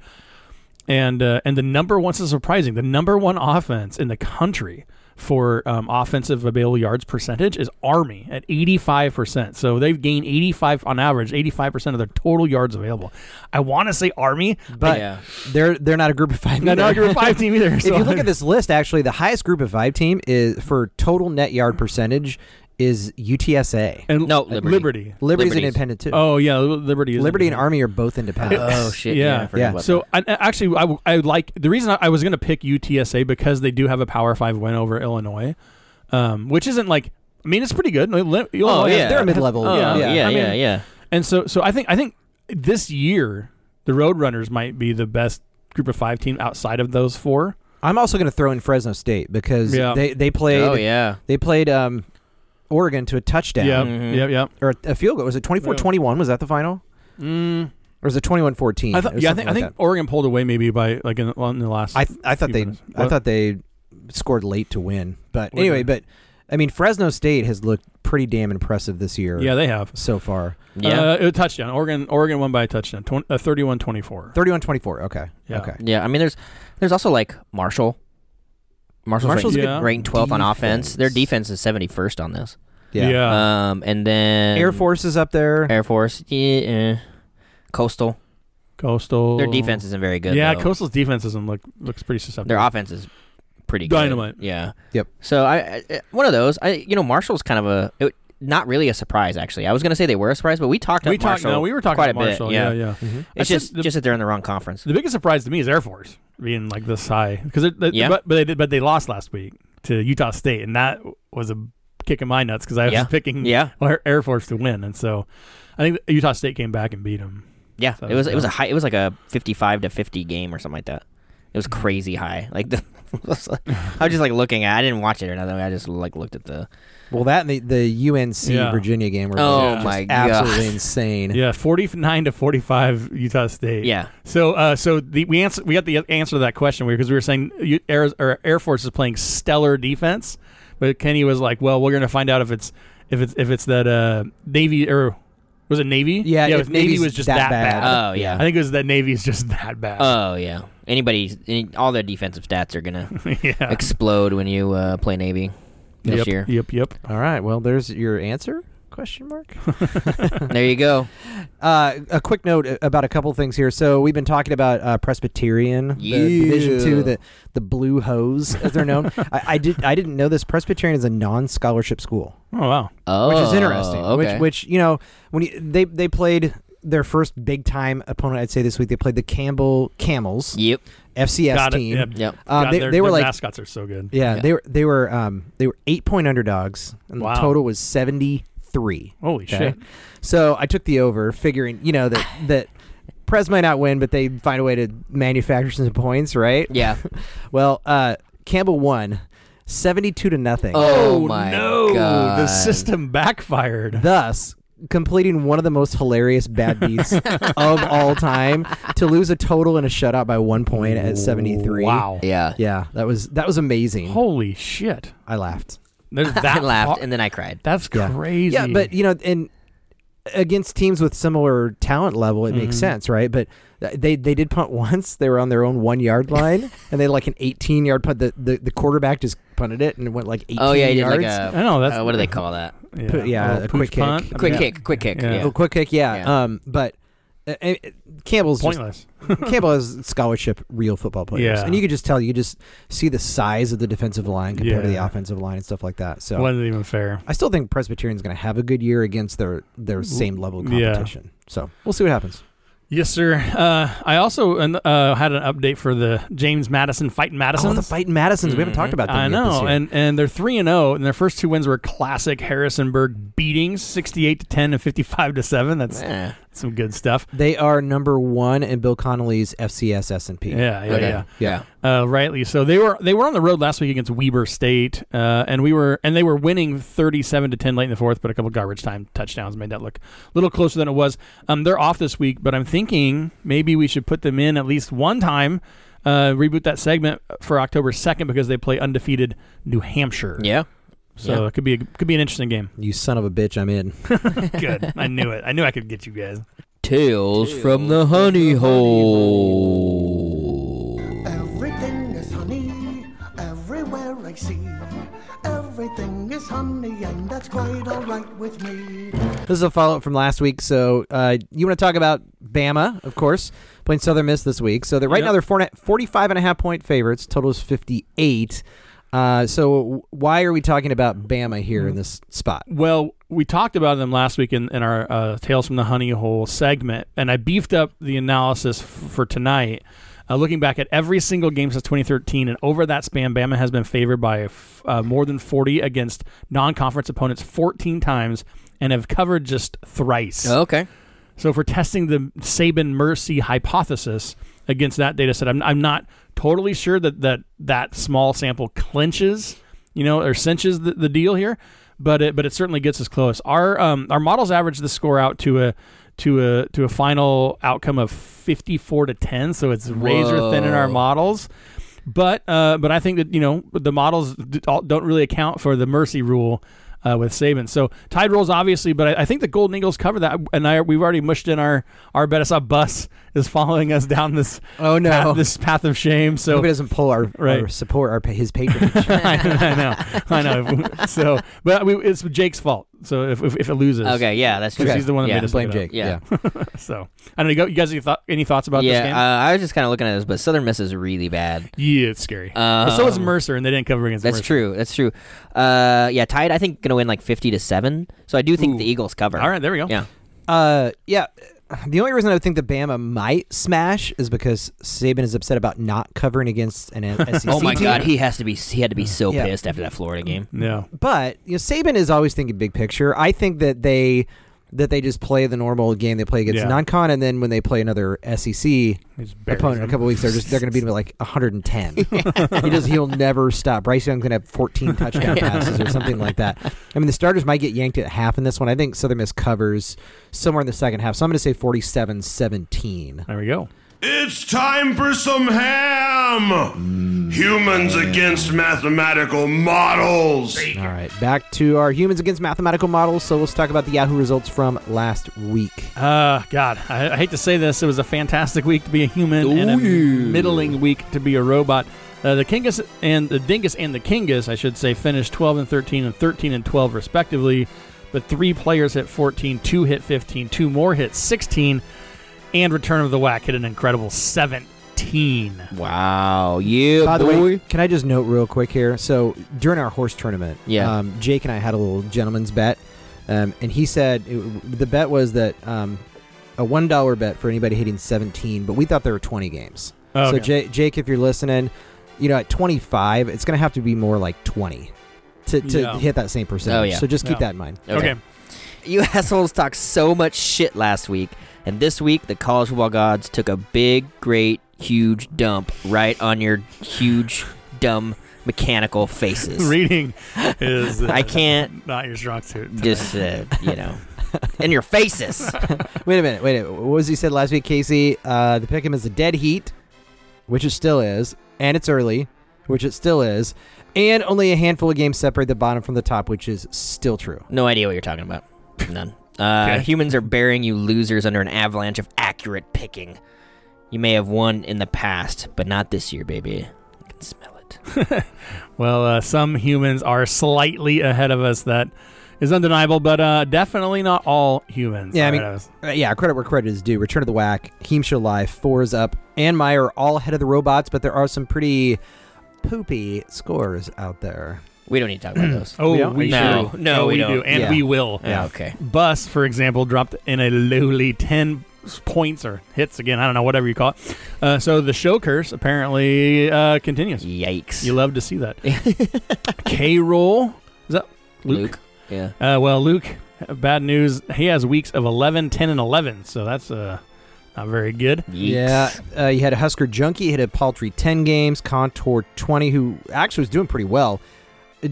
[SPEAKER 6] And uh, and the number one this is surprising. The number one offense in the country for um, offensive available yards percentage is Army at 85%. So they've gained 85 on average 85% of their total yards available. I want to say Army, but
[SPEAKER 4] But
[SPEAKER 2] Yeah.
[SPEAKER 4] they're they're not a group of five.
[SPEAKER 6] not
[SPEAKER 4] either.
[SPEAKER 6] not a five team either.
[SPEAKER 4] if you look at this list, actually, the highest group of five team is for total net yard percentage is UTSA.
[SPEAKER 6] and
[SPEAKER 2] No,
[SPEAKER 6] Liberty.
[SPEAKER 2] Liberty.
[SPEAKER 4] Liberty's, an
[SPEAKER 2] Liberty's.
[SPEAKER 4] independent too.
[SPEAKER 6] Oh yeah, Liberty. Is
[SPEAKER 4] Liberty and
[SPEAKER 6] independent.
[SPEAKER 4] Army are both independent.
[SPEAKER 2] Oh shit!
[SPEAKER 6] Yeah.
[SPEAKER 2] Yeah. I forgot
[SPEAKER 4] Yeah.
[SPEAKER 2] about
[SPEAKER 6] So I, I- actually, I, w- I would like the reason I, I was going to pick UTSA because they do have a Power Five win over Illinois, um, which isn't like I mean it's pretty good. Li- Illinois has-
[SPEAKER 2] yeah.
[SPEAKER 4] they're a mid-level.
[SPEAKER 2] that. Oh,
[SPEAKER 4] Oh, yeah,
[SPEAKER 2] yeah, yeah,
[SPEAKER 6] I mean,
[SPEAKER 2] yeah, yeah.
[SPEAKER 6] And so, so I think I think this year the Roadrunners might be the best group of five team outside of those four.
[SPEAKER 4] I'm also going to throw in Fresno State because
[SPEAKER 6] Yeah.
[SPEAKER 4] they they played
[SPEAKER 2] Oh yeah.
[SPEAKER 4] they played um, Oregon to a touchdown
[SPEAKER 6] Yeah,
[SPEAKER 2] Mhm.
[SPEAKER 6] yeah, yeah.
[SPEAKER 4] or a field goal. Was it 24-21? Was that the final?
[SPEAKER 6] Mm.
[SPEAKER 4] Or was it 21-14?
[SPEAKER 6] I
[SPEAKER 4] It
[SPEAKER 6] thought,
[SPEAKER 4] was
[SPEAKER 6] yeah, I
[SPEAKER 4] something
[SPEAKER 6] think, I
[SPEAKER 4] like
[SPEAKER 6] think
[SPEAKER 4] that.
[SPEAKER 6] Oregon pulled away maybe by like in, on the last.
[SPEAKER 4] I th- I thought
[SPEAKER 6] few
[SPEAKER 4] they
[SPEAKER 6] minutes.
[SPEAKER 4] I
[SPEAKER 6] What?
[SPEAKER 4] thought they scored late to win. But
[SPEAKER 6] What
[SPEAKER 4] anyway,
[SPEAKER 6] the-
[SPEAKER 4] but I mean Fresno State has looked pretty damn impressive this year
[SPEAKER 6] yeah, they have.
[SPEAKER 4] so far.
[SPEAKER 2] Yeah.
[SPEAKER 6] uh, a touchdown. Oregon, Oregon won by a touchdown. 20, uh, 31-24.
[SPEAKER 4] 31-24. Okay.
[SPEAKER 6] Yeah.
[SPEAKER 4] Okay.
[SPEAKER 2] yeah. I mean, there's there's also like Marshall. Marshall's,
[SPEAKER 4] Marshall's
[SPEAKER 2] ranked,
[SPEAKER 6] a good
[SPEAKER 2] ranked 12th on offense. Their
[SPEAKER 4] defense.
[SPEAKER 2] defense is 71st on this.
[SPEAKER 4] Yeah. Uh,
[SPEAKER 2] Um, and then
[SPEAKER 4] Air Force is up there.
[SPEAKER 2] Air Force, yeah, eh. Coastal.
[SPEAKER 6] Coastal.
[SPEAKER 2] Their defense isn't very good.
[SPEAKER 6] yeah,
[SPEAKER 2] though.
[SPEAKER 6] Coastal's defense doesn't look looks pretty susceptible.
[SPEAKER 2] Their offense is pretty good.
[SPEAKER 6] Dynamite.
[SPEAKER 2] Yeah.
[SPEAKER 4] Yep.
[SPEAKER 2] So I, I one of those. I you know Marshall's kind of a it, not really a surprise actually. I was going to say they were a surprise, but we talked.
[SPEAKER 6] We
[SPEAKER 2] up
[SPEAKER 6] talked.
[SPEAKER 2] Marshall
[SPEAKER 6] No, we were talking
[SPEAKER 2] quite
[SPEAKER 6] about
[SPEAKER 2] a bit,
[SPEAKER 6] Marshall.
[SPEAKER 2] yeah,
[SPEAKER 6] yeah, yeah.
[SPEAKER 4] Mm-hmm.
[SPEAKER 6] I
[SPEAKER 2] It's
[SPEAKER 6] said
[SPEAKER 2] just
[SPEAKER 6] the,
[SPEAKER 2] just that they're in the wrong conference.
[SPEAKER 6] the biggest surprise to me is Air Force being like this high because
[SPEAKER 2] Yeah.
[SPEAKER 6] but but they, did- but they lost last week to Utah State, and that was a kick in my nuts because I was
[SPEAKER 2] Yeah.
[SPEAKER 6] picking
[SPEAKER 2] Yeah.
[SPEAKER 6] Air Air Force to win, and so I think Utah State came back and beat them.
[SPEAKER 2] Yeah,
[SPEAKER 6] So,
[SPEAKER 2] it was it was
[SPEAKER 6] yeah.
[SPEAKER 2] a high. It was like a fifty-five to fifty game or something like that. It was crazy high. Like the, I was just like looking at. I didn't watch it or nothing. I just like looked at the.
[SPEAKER 4] Well, that and the, the UNC
[SPEAKER 6] Yeah.
[SPEAKER 4] Virginia game were
[SPEAKER 2] Oh
[SPEAKER 4] just
[SPEAKER 2] my
[SPEAKER 4] absolutely
[SPEAKER 2] God.
[SPEAKER 4] insane.
[SPEAKER 6] Yeah, forty nine to forty five Utah State.
[SPEAKER 2] Yeah.
[SPEAKER 6] So uh, so the we answer we got the answer to that question because we were saying you, Air or Air Force is playing stellar defense, but Kenny was like, well, we're gonna find out if it's if it's if it's that uh, Navy or was it Navy?
[SPEAKER 4] Yeah,
[SPEAKER 6] yeah.
[SPEAKER 4] if
[SPEAKER 6] if Navy
[SPEAKER 4] Navy's
[SPEAKER 6] was just
[SPEAKER 4] that
[SPEAKER 6] that,
[SPEAKER 4] bad.
[SPEAKER 6] bad.
[SPEAKER 2] Oh yeah.
[SPEAKER 6] I think it was that Navy is just that bad.
[SPEAKER 2] Oh yeah. Anybody, any, all their defensive stats are gonna
[SPEAKER 6] yeah.
[SPEAKER 2] explode when you uh, play Navy this
[SPEAKER 6] yep,
[SPEAKER 2] year.
[SPEAKER 6] Yep. Yep.
[SPEAKER 4] All right. Well, there's your answer? Question mark.
[SPEAKER 2] There you go.
[SPEAKER 4] Uh, a quick note about a couple things here. So we've been talking about uh, Presbyterian, the
[SPEAKER 2] Yeah.
[SPEAKER 4] Division Two, the the Blue Hose, as they're known. I, I did I didn't know this. Presbyterian is a non-scholarship school,
[SPEAKER 6] Oh wow.
[SPEAKER 2] Oh,
[SPEAKER 4] which is interesting.
[SPEAKER 2] Okay.
[SPEAKER 4] Which which you know when you, they they played their first big time opponent, I'd say this week they played the Campbell Camels
[SPEAKER 2] yep.
[SPEAKER 4] FCS
[SPEAKER 6] Got it.
[SPEAKER 4] team.
[SPEAKER 6] Yep.
[SPEAKER 2] Yep.
[SPEAKER 4] Um,
[SPEAKER 6] God,
[SPEAKER 4] they,
[SPEAKER 6] their,
[SPEAKER 4] they were
[SPEAKER 6] their
[SPEAKER 4] like
[SPEAKER 6] mascots are so good.
[SPEAKER 4] yeah,
[SPEAKER 2] Yeah.
[SPEAKER 4] they were they were um they were eight point underdogs and
[SPEAKER 6] Wow.
[SPEAKER 4] the total was seventy three.
[SPEAKER 6] Holy
[SPEAKER 4] Okay.
[SPEAKER 6] shit.
[SPEAKER 4] So I took the over, figuring you know that that Prez might not win, but they find a way to manufacture some points, right?
[SPEAKER 2] Yeah.
[SPEAKER 4] Well, uh, Campbell won, seventy-two to nothing.
[SPEAKER 2] Oh, my
[SPEAKER 6] no!
[SPEAKER 2] god.
[SPEAKER 6] The system backfired.
[SPEAKER 4] Thus, completing one of the most hilarious bad beats of all time to lose a total and a shutout by one point at seventy-three.
[SPEAKER 6] Wow.
[SPEAKER 2] Yeah.
[SPEAKER 4] Yeah, that was that was amazing.
[SPEAKER 6] Holy shit.
[SPEAKER 4] I laughed.
[SPEAKER 6] There's that.
[SPEAKER 2] I laughed
[SPEAKER 6] far-
[SPEAKER 2] and then I cried.
[SPEAKER 6] That's
[SPEAKER 4] Yeah.
[SPEAKER 6] crazy.
[SPEAKER 4] Yeah, but you know, and against teams with similar talent level, it
[SPEAKER 2] Mm-hmm.
[SPEAKER 4] makes sense, right? But th- they they did punt once. They were on their own one yard line, and they had like an eighteen yard punt. The, the the quarterback just punted it and it went like eighteen
[SPEAKER 2] Oh yeah, you did
[SPEAKER 4] yards.
[SPEAKER 2] like a.
[SPEAKER 6] I know, that's-
[SPEAKER 2] uh, what do they call that?
[SPEAKER 4] put- yeah,
[SPEAKER 6] little
[SPEAKER 4] a
[SPEAKER 6] pooch
[SPEAKER 4] quick kick.
[SPEAKER 6] punt.
[SPEAKER 2] Quick
[SPEAKER 6] Yeah.
[SPEAKER 2] kick. Quick kick.
[SPEAKER 6] Yeah.
[SPEAKER 2] Yeah.
[SPEAKER 4] Oh, quick kick, yeah.
[SPEAKER 2] Yeah.
[SPEAKER 4] Um, but. Uh, uh, Campbell's just,
[SPEAKER 6] Pointless.
[SPEAKER 4] Campbell has scholarship real football players,
[SPEAKER 6] Yeah.
[SPEAKER 4] and you could just tell you just see the size of the defensive line compared to the
[SPEAKER 6] Yeah.
[SPEAKER 4] offensive line and stuff like that. So
[SPEAKER 6] Wasn't even fair.
[SPEAKER 4] I still think Presbyterian's going to have a good year against their their same level of
[SPEAKER 6] yeah.
[SPEAKER 4] competition. So we'll see what happens.
[SPEAKER 6] Yes, sir. Uh, I also uh, had an update for the James Madison Fight Madison.
[SPEAKER 4] Oh, the fight in Madison's. We haven't talked about them
[SPEAKER 6] Mm-hmm. I
[SPEAKER 4] yet
[SPEAKER 6] know,
[SPEAKER 4] this year.
[SPEAKER 6] and and they're three and zero, and their first two wins were classic Harrisonburg beatings, sixty eight to ten and fifty five to seven. That's
[SPEAKER 2] Yeah.
[SPEAKER 6] some good stuff.
[SPEAKER 4] they are number one in Bill Connolly's FCS S and P.
[SPEAKER 6] Yeah, yeah,
[SPEAKER 2] Okay.
[SPEAKER 6] yeah.
[SPEAKER 4] yeah.
[SPEAKER 6] Uh, rightly so. They were they were on the road last week against Weber State, uh, and we were and they were winning thirty seven to ten late in the fourth, but a couple garbage time touchdowns made that look a little closer than it was. Um, they're off this week, but I'm thinking maybe we should put them in at least one time. Uh, reboot that segment for October second because they play undefeated New Hampshire.
[SPEAKER 2] Yeah.
[SPEAKER 6] So it could be a, could be an interesting game.
[SPEAKER 4] You son of a bitch, I'm in.
[SPEAKER 6] Good. I knew it. I knew I could get you guys.
[SPEAKER 2] Tales from the honey hole.
[SPEAKER 3] Everything is honey, everywhere I see. Everything is honey, and that's quite alright with me.
[SPEAKER 4] This is a follow up from last week. So uh, you want to talk about Bama, of course, playing Southern Miss this week. So they're right
[SPEAKER 6] Yep.
[SPEAKER 4] now they're four and a, 45 and a half point favorites. Total is 58. Uh, so w- why are we talking about Bama here
[SPEAKER 6] Mm-hmm.
[SPEAKER 4] in this spot?
[SPEAKER 6] Well, we talked about them last week in, in our uh, Tales from the Honey Hole segment, and I beefed up the analysis f- for tonight. Uh, looking back at every single game since 2013, and over that span, Bama has been favored by f- uh, more than 40 against non conference opponents 14 times and have covered just thrice.
[SPEAKER 2] Okay.
[SPEAKER 6] So if we're testing the Saban mercy hypothesis against that data set, I'm, I'm not totally sure that, that that small sample clinches, you know, or cinches the, the deal here, but it but it certainly gets us close. Our um, our models average the score out to a to a to a final outcome of 54 to 10, so it's razor thin in our
[SPEAKER 2] Whoa.
[SPEAKER 6] models. But uh, but I think that you know the models d- all- don't really account for the mercy rule uh, with Saban. So tide rolls obviously, but I, I think the Golden Eagles cover that, and I we've already mushed in our our bet. I saw bus is following us down this
[SPEAKER 4] Oh, no.
[SPEAKER 6] path, this path of shame. So
[SPEAKER 4] Hope he doesn't pull our,
[SPEAKER 6] Right.
[SPEAKER 4] our support our his patronage.
[SPEAKER 6] I know, I know. So, but we, it's Jake's fault. So if if, if it loses,
[SPEAKER 2] Okay, yeah, that's true.
[SPEAKER 6] Because he's the one that
[SPEAKER 2] yeah.
[SPEAKER 6] made us
[SPEAKER 4] Blame
[SPEAKER 6] look it up.
[SPEAKER 4] Jake.
[SPEAKER 2] Yeah.
[SPEAKER 4] Yeah.
[SPEAKER 6] So I don't know. You, got- you guys any, thought, any thoughts about this game?
[SPEAKER 2] Yeah, uh, I was just kind of looking at this, but Southern Miss is really bad.
[SPEAKER 6] yeah, it's scary.
[SPEAKER 2] Um,
[SPEAKER 6] But so is Mercer, and they didn't cover against
[SPEAKER 2] That's
[SPEAKER 6] Mercer.
[SPEAKER 2] true. That's true. Uh, yeah, tied. I think gonna win like fifty to seven. So I do think the Eagles cover.
[SPEAKER 6] All right, there we go.
[SPEAKER 2] Yeah.
[SPEAKER 4] Uh, yeah. The only reason I would think the Bama might smash is because Saban is upset about not covering against an SEC
[SPEAKER 2] Oh my
[SPEAKER 4] team.
[SPEAKER 2] God, he has to be. He had to be so
[SPEAKER 4] Yeah.
[SPEAKER 2] pissed after that Florida game.
[SPEAKER 6] No.
[SPEAKER 4] But you know, Saban is always thinking big picture. I think that they that they just play the normal game they play against
[SPEAKER 6] Yeah.
[SPEAKER 4] non-con, and then when they play another SEC
[SPEAKER 6] just buries
[SPEAKER 4] opponent in a
[SPEAKER 6] them.
[SPEAKER 4] couple weeks, they're just they're going to beat him at like 110. he does. He'll never stop. Bryce Young's going to have 14 touchdown passes or something like that. I mean, the starters might get yanked at half in this one. I think Southern Miss covers somewhere in the second half. So I'm going to say 47-17.
[SPEAKER 6] There we go.
[SPEAKER 5] It's time for some ham! Humans against mathematical models!
[SPEAKER 4] All right, back to our humans against mathematical models. So let's talk about the Yahoo results from last week.
[SPEAKER 6] Uh, God, I, I hate to say this. It was a fantastic week to be a human and a middling week to be a robot. Uh, the Kingus and the Dingus and the Kingus, I should say, finished 12 and 13 and 13 and 12 respectively. But three players hit 14, two hit 15, two more hit 16, and Return of the Whack hit an incredible 17.
[SPEAKER 2] Wow. Yeah.
[SPEAKER 4] By the
[SPEAKER 2] boy.
[SPEAKER 4] way, can I just note real quick here? So during our horse tournament,
[SPEAKER 2] Yeah.
[SPEAKER 4] um, Jake and I had a little gentleman's bet, um, and he said it, the bet was that um, a one dollar bet for anybody hitting seventeen, but we thought there were twenty games.
[SPEAKER 6] Oh,
[SPEAKER 4] So
[SPEAKER 6] okay.
[SPEAKER 4] J- Jake, if you're listening, you know at twenty five, it's going to have to be more like twenty to, to
[SPEAKER 6] Yeah.
[SPEAKER 4] hit that same percentage.
[SPEAKER 2] Oh, yeah.
[SPEAKER 4] So just keep
[SPEAKER 6] Yeah.
[SPEAKER 4] that in mind.
[SPEAKER 6] okay.
[SPEAKER 2] You assholes talked so much shit last week, and this week the college football gods took a big, great, huge dump right on your huge, dumb, mechanical faces.
[SPEAKER 6] Reading is
[SPEAKER 2] I can't
[SPEAKER 6] not your strong suit.
[SPEAKER 2] just, uh, you know, in your faces.
[SPEAKER 4] Wait a minute. Wait a minute. What was he said last week, Casey? Uh, the pick'em is a dead heat, which it still is, and it's early, which it still is, and only a handful of games separate the bottom from the top, which is still true.
[SPEAKER 2] No idea what you're talking about. None. Uh,
[SPEAKER 6] Okay.
[SPEAKER 2] Humans are burying you losers under an avalanche of accurate picking. You may have won in the past, but not this year, baby. I can smell it.
[SPEAKER 6] Well, uh, some humans are slightly ahead of us. That is undeniable, but uh, definitely not all humans.
[SPEAKER 4] Yeah, I
[SPEAKER 6] are
[SPEAKER 4] mean-
[SPEAKER 6] ahead of us.
[SPEAKER 4] Uh, yeah, credit where credit is due. Return of the Whack, Heemsha Live, Fours Up, and Meyer are all ahead of the robots, but there are some pretty poopy scores out there.
[SPEAKER 2] We don't need to talk about those.
[SPEAKER 6] Oh,
[SPEAKER 4] We
[SPEAKER 6] we,
[SPEAKER 4] don't?
[SPEAKER 6] do.
[SPEAKER 2] No. No, we
[SPEAKER 6] do
[SPEAKER 2] don't.
[SPEAKER 6] and
[SPEAKER 4] Yeah.
[SPEAKER 6] we will.
[SPEAKER 2] Yeah, okay.
[SPEAKER 6] Bus, for example, dropped in a lowly ten s- points or hits again. I don't know, whatever you call it. Uh, so the show curse apparently uh, continues.
[SPEAKER 2] Yikes.
[SPEAKER 6] You love to see that. K roll is that Luke?
[SPEAKER 2] Yeah.
[SPEAKER 6] Uh, well, Luke, bad news. He has weeks of 11, 10, and 11, so that's uh, not very good.
[SPEAKER 4] Yeah, uh, you had a Husker Junkie hit a paltry 10 games, Contour 20, who actually was doing pretty well. Uh,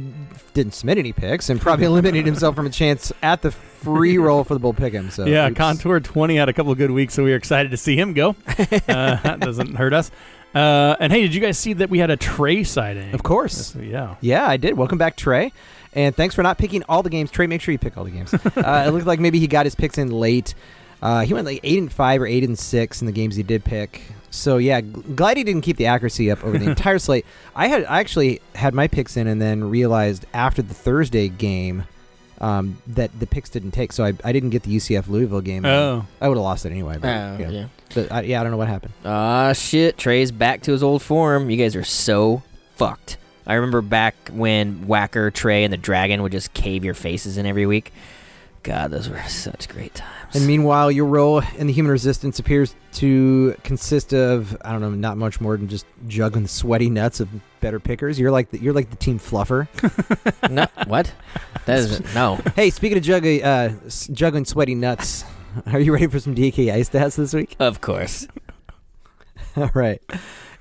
[SPEAKER 4] Didn't submit any picks and probably eliminated himself from a chance at the free roll for the bull pick'em. So
[SPEAKER 6] yeah,
[SPEAKER 4] oops.
[SPEAKER 6] Contour 20 had a couple of good weeks, so we were excited to see him go. Uh, that doesn't hurt us. Uh, and hey, did you guys see that we had a Trey sighting?
[SPEAKER 4] Of course.
[SPEAKER 6] So, yeah.
[SPEAKER 4] Yeah, I did. Welcome back, Trey. And thanks for not picking all the games. Trey, make sure you pick all the games. uh, it looked like maybe he got his picks in late. Uh, he went like eight and five or eight and six in the games he did pick. So yeah, g- glad he didn't keep the accuracy up over the entire slate. I had I actually had my picks in and then realized after the Thursday game um, that the picks didn't take. So I, I didn't get the UCF Louisville game.
[SPEAKER 6] Oh.
[SPEAKER 4] I would have lost it anyway. But,
[SPEAKER 2] Oh,
[SPEAKER 4] yeah.
[SPEAKER 2] yeah.
[SPEAKER 4] But I, yeah, I don't know what happened.
[SPEAKER 2] Ah, shit. Trey's back to his old form. You guys are so fucked. I remember back when Whacker, Trey, and the Dragon would just cave your faces in every week. God, those were such great times.
[SPEAKER 4] And meanwhile, your role in the human resistance appears to consist of I don't know, not much more than just juggling the sweaty nuts of better pickers. You're like the, you're like the team fluffer.
[SPEAKER 2] no, what? That is no.
[SPEAKER 4] hey, speaking of jug- uh, s- juggling sweaty nuts, are you ready for some DKI stats this week?
[SPEAKER 2] Of course.
[SPEAKER 4] All right.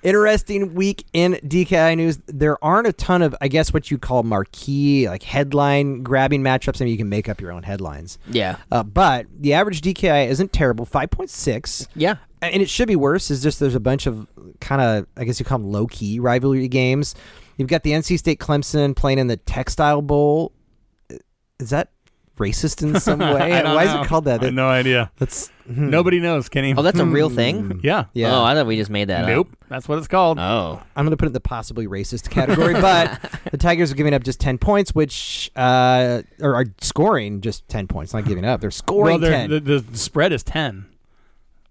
[SPEAKER 4] Interesting week in DKI news. There aren't a ton of, I guess, what you call marquee, like headline grabbing matchups. I mean, you can make up your own headlines.
[SPEAKER 2] Yeah.
[SPEAKER 4] Uh, but the average DKI isn't terrible 5.6.
[SPEAKER 2] Yeah.
[SPEAKER 4] and it should be worse is just there's a bunch of kind of I guess you call them low key rivalry games. You've got the NC State Clemson playing in the Textile Bowl. Is that racist in some way?
[SPEAKER 6] I don't
[SPEAKER 4] Why
[SPEAKER 6] know.
[SPEAKER 4] is it called that?
[SPEAKER 6] I have no idea.
[SPEAKER 4] That's hmm,
[SPEAKER 6] Nobody knows, Kenny.
[SPEAKER 2] Oh, that's a real thing.
[SPEAKER 6] yeah.
[SPEAKER 4] yeah.
[SPEAKER 2] Oh, I thought we just made that
[SPEAKER 6] Nope. That's what it's called.
[SPEAKER 2] up. Oh.
[SPEAKER 4] I'm going to put it in the possibly racist category, but the Tigers are giving up just 10 points, which uh, or are scoring just 10 points, not giving up. They're
[SPEAKER 6] well,
[SPEAKER 4] scoring
[SPEAKER 6] they're-
[SPEAKER 4] 10.
[SPEAKER 6] the, the spread is ten.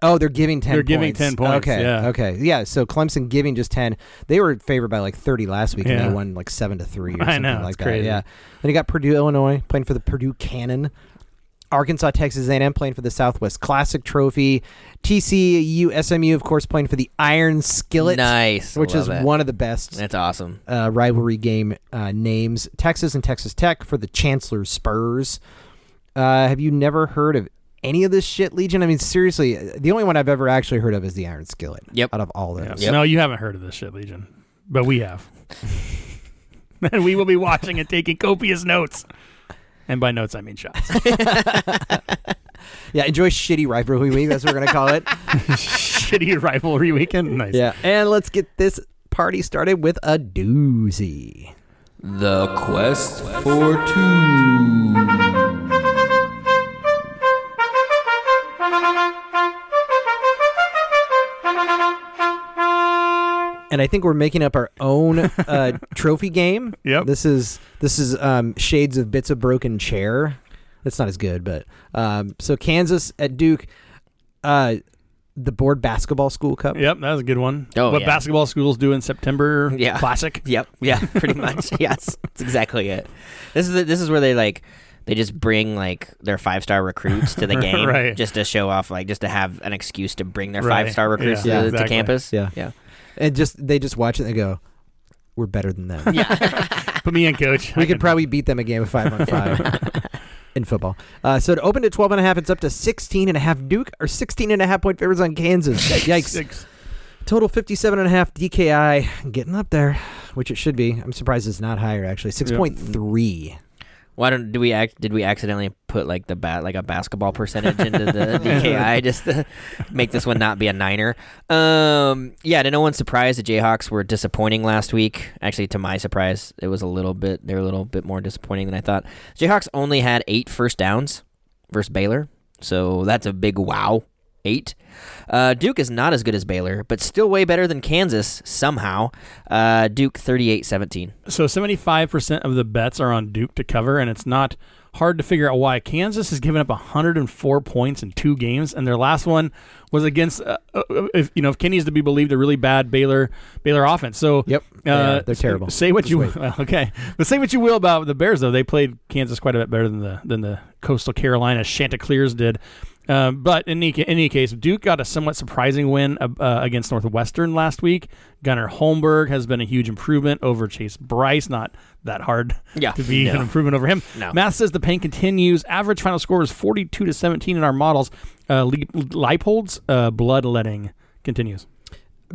[SPEAKER 4] oh, they're giving 10
[SPEAKER 6] They're
[SPEAKER 4] points.
[SPEAKER 6] giving 10 points,
[SPEAKER 4] Okay.
[SPEAKER 6] yeah.
[SPEAKER 4] Okay. Yeah. So Clemson giving just 10. They were favored by like 30 last week, and
[SPEAKER 6] Yeah.
[SPEAKER 4] they won like 7 to 3 or
[SPEAKER 6] I
[SPEAKER 4] something
[SPEAKER 6] know,
[SPEAKER 4] like
[SPEAKER 6] it's
[SPEAKER 4] that.
[SPEAKER 6] crazy.
[SPEAKER 4] Yeah. Then you got Purdue, Illinois playing for the Purdue Cannon. Arkansas, Texas A&M playing for the Southwest Classic Trophy. TCU, SMU, of course, playing for the Iron Skillet.
[SPEAKER 2] Nice.
[SPEAKER 4] Which
[SPEAKER 2] Love
[SPEAKER 4] is
[SPEAKER 2] it.
[SPEAKER 4] one of the best
[SPEAKER 2] That's awesome.
[SPEAKER 4] uh, rivalry game uh, names Texas and Texas Tech for the Chancellor Spurs. Uh, have you never heard of any of this shit, Legion? I mean, seriously, uh, the only one I've ever actually heard of is the Iron Skillet.
[SPEAKER 2] Yep.
[SPEAKER 4] Out of all those.
[SPEAKER 6] No, you haven't heard of this shit, Legion, but we have, and we will be watching and taking copious notes. And by notes, I mean shots.
[SPEAKER 4] Yeah, enjoy shitty rivalry week. That's what we're going to call it.
[SPEAKER 6] Shitty rivalry weekend. Nice.
[SPEAKER 4] yeah. And let's get this party started with a doozy.
[SPEAKER 2] The quest for two.
[SPEAKER 4] and I think we're making up our own uh, trophy game.
[SPEAKER 6] Yep.
[SPEAKER 4] This is this is um, Shades of Bits of Broken Chair. That's not as good, but um, so Kansas at Duke, uh, the board basketball school cup.
[SPEAKER 6] Yep, that was a good one.
[SPEAKER 2] Oh,
[SPEAKER 6] what
[SPEAKER 2] yeah.
[SPEAKER 6] basketball schools do in September?
[SPEAKER 2] Yeah.
[SPEAKER 6] classic.
[SPEAKER 2] Yep. Yeah. Pretty much. yes. That's exactly it. This is the, this is where they like they just bring like their five star recruits to the game
[SPEAKER 6] Right.
[SPEAKER 2] just to show off, like just to have an excuse to bring their
[SPEAKER 6] Right.
[SPEAKER 2] five star recruits
[SPEAKER 6] Yeah.
[SPEAKER 2] to,
[SPEAKER 6] Yeah,
[SPEAKER 2] to
[SPEAKER 6] exactly.
[SPEAKER 2] campus.
[SPEAKER 4] Yeah.
[SPEAKER 2] Yeah.
[SPEAKER 4] And just they just watch it and they go, "We're better than them.
[SPEAKER 6] Put me in, coach.
[SPEAKER 4] We
[SPEAKER 6] I
[SPEAKER 4] could
[SPEAKER 6] can-
[SPEAKER 4] probably beat them a game of five on five in football." Uh, so to open to twelve and a half, it's up to sixteen and a half. Duke or sixteen and a half point favorites on Kansas. Yikes.
[SPEAKER 6] Six.
[SPEAKER 4] Total 57 and a half DKI getting up there, which it should be. I'm surprised it's not higher actually. 6.3.
[SPEAKER 2] Why don't do we act? Did we accidentally put like the bat like a basketball percentage into the DKI just to make this one not be a niner? Um, yeah, to no one's surprise, the Jayhawks were disappointing last week. Actually, to my surprise, it was a little bit they were a little bit more disappointing than I thought. Jayhawks only had eight first downs versus Baylor, so that's a big wow. Eight. Uh, Duke is not as good as Baylor, but still way better than Kansas somehow. Uh, Duke 38 17.
[SPEAKER 6] So seventy-five percent of the bets are on Duke to cover, and it's not hard to figure out why Kansas has given up hundred and four points in two games, and their last one was against, uh, uh, if you know, if Kenny's to be believed, a really bad Baylor Baylor offense. So
[SPEAKER 4] Yep. They
[SPEAKER 6] uh,
[SPEAKER 4] are. They're terrible.
[SPEAKER 6] Say what you well, okay, but say what you will about the Bears though. They played Kansas quite a bit better than the than the Coastal Carolina Chanticleers did. Um, but in any, ca- in any case, Duke got a somewhat surprising win uh, uh, against Northwestern last week. Gunnar Holmberg has been a huge improvement over Chase Bryce. Not that hard
[SPEAKER 2] Yeah.
[SPEAKER 6] to be an
[SPEAKER 2] No.
[SPEAKER 6] improvement over him.
[SPEAKER 2] No.
[SPEAKER 6] Math says the pain continues. Average final score is 42 to 17 in our models. Uh, Le- Leipold's uh, bloodletting continues.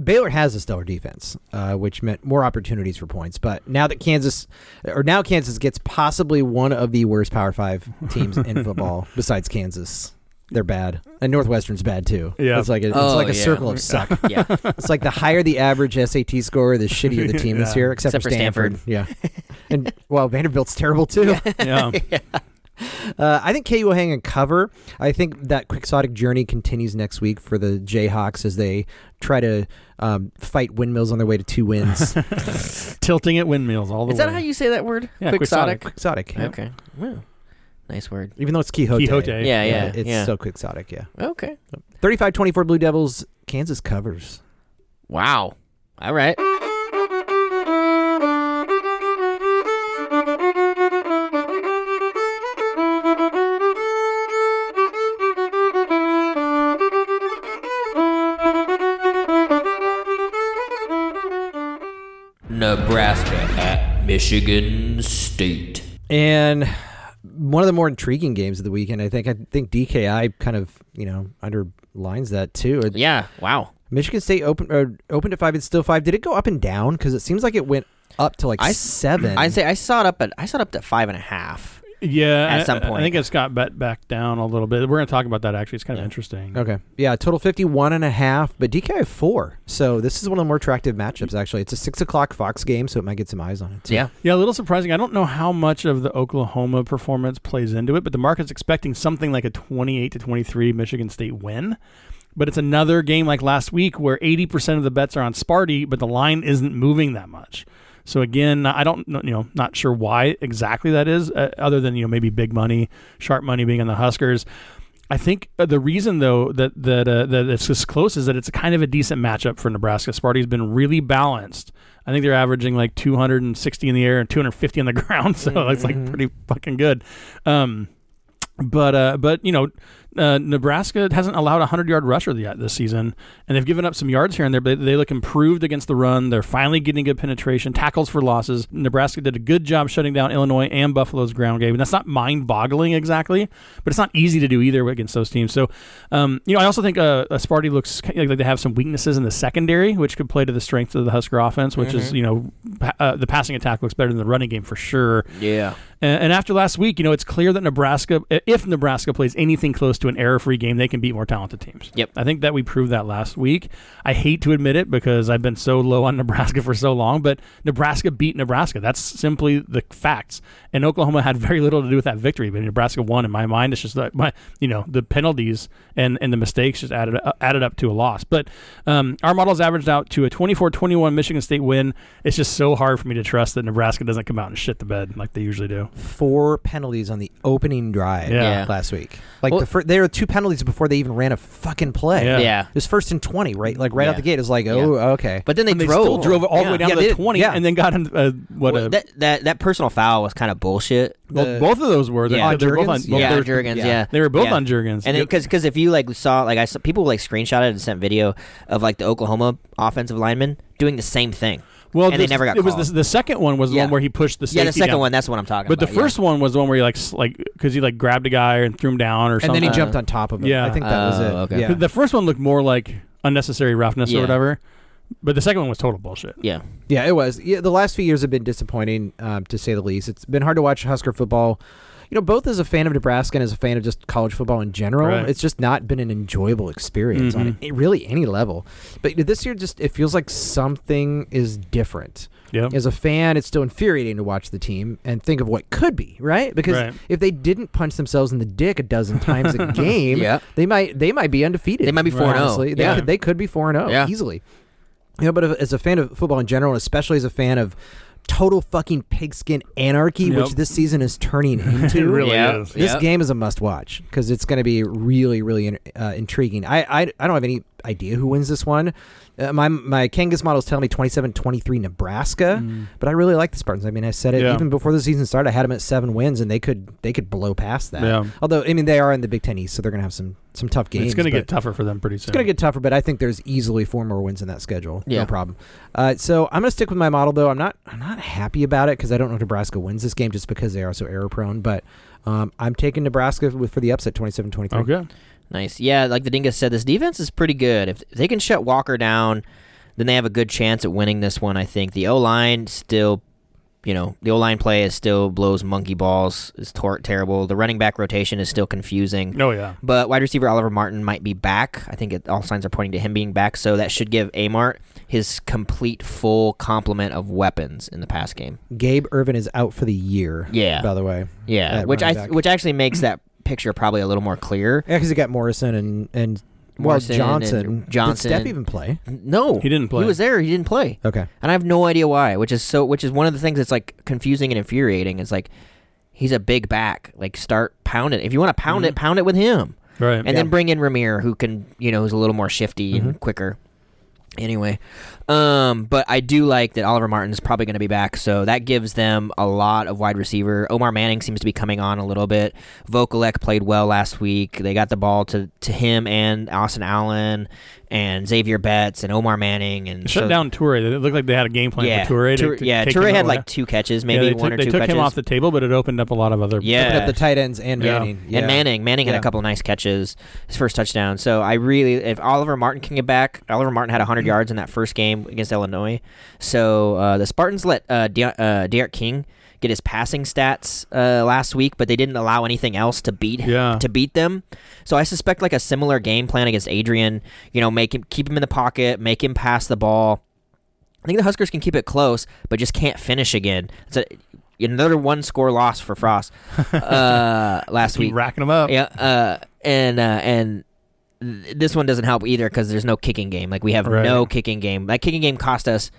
[SPEAKER 4] Baylor has a stellar defense, uh, which meant more opportunities for points. But now that Kansas, or now Kansas gets possibly one of the worst Power Five teams in football besides Kansas. They're bad, and Northwestern's bad too.
[SPEAKER 6] Yeah.
[SPEAKER 4] it's like a, it's
[SPEAKER 2] Oh,
[SPEAKER 4] like a
[SPEAKER 2] yeah.
[SPEAKER 4] circle of suck.
[SPEAKER 2] Yeah.
[SPEAKER 4] It's like the higher the average SAT score, the shittier the team this
[SPEAKER 6] Yeah.
[SPEAKER 4] year, except,
[SPEAKER 2] Except for Stanford.
[SPEAKER 4] Yeah, and well, Vanderbilt's terrible too.
[SPEAKER 6] Yeah.
[SPEAKER 4] Uh, I think KU will hang and cover. I think that quixotic journey continues next week for the Jayhawks as they try to um, fight windmills on their way to two wins.
[SPEAKER 6] Tilting at windmills all the
[SPEAKER 2] Is
[SPEAKER 6] way.
[SPEAKER 2] that how you say that word?
[SPEAKER 6] Yeah,
[SPEAKER 2] quixotic.
[SPEAKER 4] quixotic.
[SPEAKER 2] Okay. Wow. Nice word.
[SPEAKER 4] Even though it's Quixote.
[SPEAKER 6] Quixote.
[SPEAKER 2] Yeah, yeah.
[SPEAKER 4] it's
[SPEAKER 2] yeah.
[SPEAKER 4] so quixotic, yeah.
[SPEAKER 2] okay.
[SPEAKER 4] 35-24 Blue Devils, Kansas covers.
[SPEAKER 2] Wow. All right. Nebraska at Michigan State.
[SPEAKER 4] And one of the more intriguing games of the weekend, I think. I think DKI kind of, you know, underlines that too. Uh,
[SPEAKER 2] Yeah. Wow.
[SPEAKER 4] Michigan State opened uh, opened at 5, it's still 5. Did it go up and down? Because it seems like it went up to like
[SPEAKER 2] I-
[SPEAKER 4] 7.
[SPEAKER 2] I'd say I saw it up at I saw it up to five and a half.
[SPEAKER 6] Yeah,
[SPEAKER 2] At
[SPEAKER 6] I-
[SPEAKER 2] some
[SPEAKER 6] I
[SPEAKER 2] point.
[SPEAKER 6] think it's got bet back down a little bit. We're going to talk about that actually. It's kind of interesting.
[SPEAKER 4] Okay. Yeah, total 51 and a half, but DK four. So this is one of the more attractive matchups, actually. It's a six o'clock Fox game, so it might get some eyes on it. too.
[SPEAKER 2] Mm. Yeah.
[SPEAKER 6] Yeah, a little surprising. I don't know how much of the Oklahoma performance plays into it, but the market's expecting something like a 28 to 23 Michigan State win. But it's another game like last week where 80% of the bets are on Sparty, but the line isn't moving that much. So again, I don't kn- you know, not sure why exactly that is uh, other than, you know, maybe big money, sharp money being on the Huskers. I think uh, the reason though that that, uh, that it's this close is that it's kind of a decent matchup for Nebraska. Sparty's been really balanced. I think they're averaging like 260 in the air and 250 on the ground, so it's like pretty fucking good. Um, but uh, but you know, uh, Nebraska hasn't allowed a hundred yard rusher yet this season, and they've given up some yards here and there. But they look improved against the run. They're finally getting good penetration, tackles for losses. Nebraska did a good job shutting down Illinois and Buffalo's ground game, and that's not mind boggling exactly, but it's not easy to do either against those teams. So, um, you know, I also think uh, uh, Sparty looks ki- like they have some weaknesses in the secondary, which could play to the strength of the Husker offense, which is you know, pa- uh, the passing attack looks better than the running game for sure.
[SPEAKER 2] Yeah.
[SPEAKER 6] And, and after last week, you know, it's clear that Nebraska, if Nebraska plays anything close to an error-free game, they can beat more talented teams.
[SPEAKER 2] Yep.
[SPEAKER 6] I think that we proved that last week. I hate to admit it because I've been so low on Nebraska for so long, but Nebraska beat Nebraska. That's simply the facts. And Oklahoma had very little to do with that victory, but Nebraska won. In my mind, it's just that my, you know, the penalties and and the mistakes just added uh, added up to a loss. But um, our models averaged out to a 24-21 Michigan State win. It's just so hard for me to trust that Nebraska doesn't come out and shit the bed like they usually do.
[SPEAKER 4] Four penalties on the opening drive
[SPEAKER 6] Yeah.
[SPEAKER 2] Yeah.
[SPEAKER 4] last week. Like
[SPEAKER 2] Well-
[SPEAKER 4] the fir- there were two penalties before they even ran a fucking play.
[SPEAKER 6] Yeah.
[SPEAKER 2] Yeah.
[SPEAKER 4] It was first and 20, right? Like right
[SPEAKER 2] Yeah.
[SPEAKER 4] out the gate. It was like, oh,
[SPEAKER 2] Yeah.
[SPEAKER 4] okay.
[SPEAKER 2] But then they,
[SPEAKER 6] And they
[SPEAKER 2] drove.
[SPEAKER 6] still drove it all the way
[SPEAKER 2] Yeah.
[SPEAKER 6] down
[SPEAKER 4] Yeah,
[SPEAKER 6] to
[SPEAKER 4] they
[SPEAKER 6] the
[SPEAKER 4] did.
[SPEAKER 6] twenty,
[SPEAKER 4] Yeah.
[SPEAKER 6] and then got in uh, what
[SPEAKER 2] Well,
[SPEAKER 6] a
[SPEAKER 2] that, that that personal foul was kind of bullshit.
[SPEAKER 6] well,
[SPEAKER 4] the-
[SPEAKER 6] both of those were
[SPEAKER 2] Yeah.
[SPEAKER 6] yeah, they were both on
[SPEAKER 4] Jurgens?
[SPEAKER 6] both
[SPEAKER 2] yeah,
[SPEAKER 6] they were-
[SPEAKER 2] Jurgens. Yeah.
[SPEAKER 4] yeah.
[SPEAKER 6] they were both
[SPEAKER 2] Yeah.
[SPEAKER 6] on Jurgens.
[SPEAKER 2] And
[SPEAKER 6] Yep.
[SPEAKER 2] because because if you like saw like I saw people like screenshotted and sent video of like the Oklahoma offensive lineman doing the same thing.
[SPEAKER 6] well,
[SPEAKER 2] and they
[SPEAKER 6] this-
[SPEAKER 2] never got
[SPEAKER 6] It was
[SPEAKER 2] called.
[SPEAKER 6] the, the second one was the
[SPEAKER 2] Yeah.
[SPEAKER 6] one where he pushed the
[SPEAKER 2] yeah, the
[SPEAKER 6] safety
[SPEAKER 2] second
[SPEAKER 6] down.
[SPEAKER 2] one. That's what I'm talking
[SPEAKER 6] But the
[SPEAKER 2] about. yeah.
[SPEAKER 6] first one was the one where he like s- like because he like grabbed a guy and threw him down or
[SPEAKER 4] and
[SPEAKER 6] something.
[SPEAKER 4] then he jumped on top of it.
[SPEAKER 6] Yeah.
[SPEAKER 4] I think that was
[SPEAKER 2] Oh,
[SPEAKER 4] it.
[SPEAKER 2] okay.
[SPEAKER 4] Yeah.
[SPEAKER 6] The first one looked more like unnecessary roughness
[SPEAKER 2] Yeah.
[SPEAKER 6] or whatever, but the second one was total bullshit.
[SPEAKER 2] yeah,
[SPEAKER 4] Yeah, it was. Yeah, the last few years have been disappointing, um, to say the least. It's been hard to watch Husker football. You know, both as a fan of Nebraska and as a fan of just college football in general,
[SPEAKER 6] Right.
[SPEAKER 4] it's just not been an enjoyable experience on it, really any level. But this year, just it feels like something is different.
[SPEAKER 6] Yep.
[SPEAKER 4] As a fan, it's still infuriating to watch the team and think of what could be, right? Because
[SPEAKER 6] Right.
[SPEAKER 4] if they didn't punch themselves in the dick a dozen times a game,
[SPEAKER 2] Yeah.
[SPEAKER 4] they might they might be undefeated.
[SPEAKER 2] They might be 4-0.
[SPEAKER 4] honestly. They
[SPEAKER 2] Yeah.
[SPEAKER 4] could, they could be four and
[SPEAKER 2] Yeah.
[SPEAKER 4] zero easily. You know, but if- as a fan of football in general, and especially as a fan of total fucking pigskin anarchy, which
[SPEAKER 6] Yep.
[SPEAKER 4] this season is turning into,
[SPEAKER 6] really
[SPEAKER 2] yeah,
[SPEAKER 6] is.
[SPEAKER 4] this
[SPEAKER 2] yeah.
[SPEAKER 4] game is a must watch because it's going to be really, really in, uh, intriguing. I, I, I don't have any idea who wins this one. Uh, my my Kangas models tell me 27 23 Nebraska, but I really like the Spartans. I mean, I said it
[SPEAKER 6] Mm. Yeah.
[SPEAKER 4] even before the season started. I had them at seven wins, and they could they could blow past that.
[SPEAKER 6] Yeah.
[SPEAKER 4] Although, I mean, they are in the Big Ten East, so they're going to have some some tough games.
[SPEAKER 6] It's going to
[SPEAKER 4] but-
[SPEAKER 6] get tougher for them pretty soon.
[SPEAKER 4] it's going to get tougher, but I think there's easily four more wins in that schedule.
[SPEAKER 2] Yeah.
[SPEAKER 4] No problem. Uh, so I'm going to stick with my model, though. I'm not I'm not happy about it because I don't know if Nebraska wins this game just because they are so error prone. But um, I'm taking Nebraska with, for the upset 27 23.
[SPEAKER 6] okay.
[SPEAKER 2] nice. Yeah, like the Dingus said, this defense is pretty good. If they can shut Walker down, then they have a good chance at winning this one. I think the O line still, you know, the O line play is still blows monkey balls. is tor- terrible. The running back rotation is still confusing.
[SPEAKER 6] Oh yeah.
[SPEAKER 2] But wide receiver Oliver Martin might be back. I think it, all signs are pointing to him being back, so that should give Amart his complete full complement of weapons in the pass game.
[SPEAKER 4] Gabe Irvin is out for the year.
[SPEAKER 2] Yeah.
[SPEAKER 4] By the way.
[SPEAKER 2] Yeah,
[SPEAKER 4] At
[SPEAKER 2] which I
[SPEAKER 4] running back.
[SPEAKER 2] which actually makes that picture probably a little more clear.
[SPEAKER 4] Yeah, because you got Morrison and and
[SPEAKER 2] Morrison
[SPEAKER 4] well
[SPEAKER 2] and
[SPEAKER 4] Johnson.
[SPEAKER 2] Johnson.
[SPEAKER 4] Did Step even play?
[SPEAKER 2] No,
[SPEAKER 6] He didn't play.
[SPEAKER 2] He was there. He didn't play,
[SPEAKER 4] Okay.
[SPEAKER 2] and I have no idea why. Which is so. Which is one of the things that's like confusing and infuriating. Is like he's a big back. Like start pounding. If you want to pound
[SPEAKER 6] Mm-hmm.
[SPEAKER 2] it, pound it with him.
[SPEAKER 6] Right.
[SPEAKER 2] and then bring in Ramir, who can you know who's a little more shifty
[SPEAKER 6] Mm-hmm.
[SPEAKER 2] and quicker. Anyway, um, but I do like that Oliver Martin's probably going to be back, so that gives them a lot of wide receiver. Omar Manning seems to be coming on a little bit. Vokalek played well last week. They got the ball to, to him and Austin Allen and Xavier Betts and Omar Manning and
[SPEAKER 6] Shut
[SPEAKER 2] so-
[SPEAKER 6] down Toure. It looked like they had a game plan
[SPEAKER 2] Yeah,
[SPEAKER 6] for Toure. to-
[SPEAKER 2] Toure-
[SPEAKER 6] to
[SPEAKER 2] yeah,
[SPEAKER 6] take
[SPEAKER 2] Toure
[SPEAKER 6] him
[SPEAKER 2] had
[SPEAKER 6] away.
[SPEAKER 2] like two catches,
[SPEAKER 6] Yeah,
[SPEAKER 2] maybe
[SPEAKER 6] they
[SPEAKER 2] one
[SPEAKER 6] took,
[SPEAKER 2] or
[SPEAKER 6] they
[SPEAKER 2] two
[SPEAKER 6] took
[SPEAKER 2] catches.
[SPEAKER 6] him off the table, but it opened up a lot of other.
[SPEAKER 2] yeah,
[SPEAKER 4] Opened up the tight ends and
[SPEAKER 6] Yeah.
[SPEAKER 4] Manning.
[SPEAKER 2] and
[SPEAKER 4] Yeah.
[SPEAKER 2] Manning, Manning had
[SPEAKER 4] Yeah.
[SPEAKER 2] a couple nice catches, his first touchdown. So I really, if Oliver Martin can get back, Oliver Martin had 100 yards in that first game against Illinois. So uh, the Spartans let uh, De- uh, Derek King get his passing stats uh, last week, but they didn't allow anything else to beat
[SPEAKER 6] Yeah.
[SPEAKER 2] to beat them. So I suspect like a similar game plan against Adrian. You know, make him keep him in the pocket, make him pass the ball. I think the Huskers can keep it close, but just can't finish again. It's a, another one score loss for Frost uh, last
[SPEAKER 6] Keep
[SPEAKER 2] week.
[SPEAKER 6] racking them
[SPEAKER 4] Oh.
[SPEAKER 6] up.
[SPEAKER 2] Yeah, uh, and uh, and th- this one doesn't help either because there's no kicking game. Like we have
[SPEAKER 6] Right.
[SPEAKER 2] no kicking game. That kicking game cost us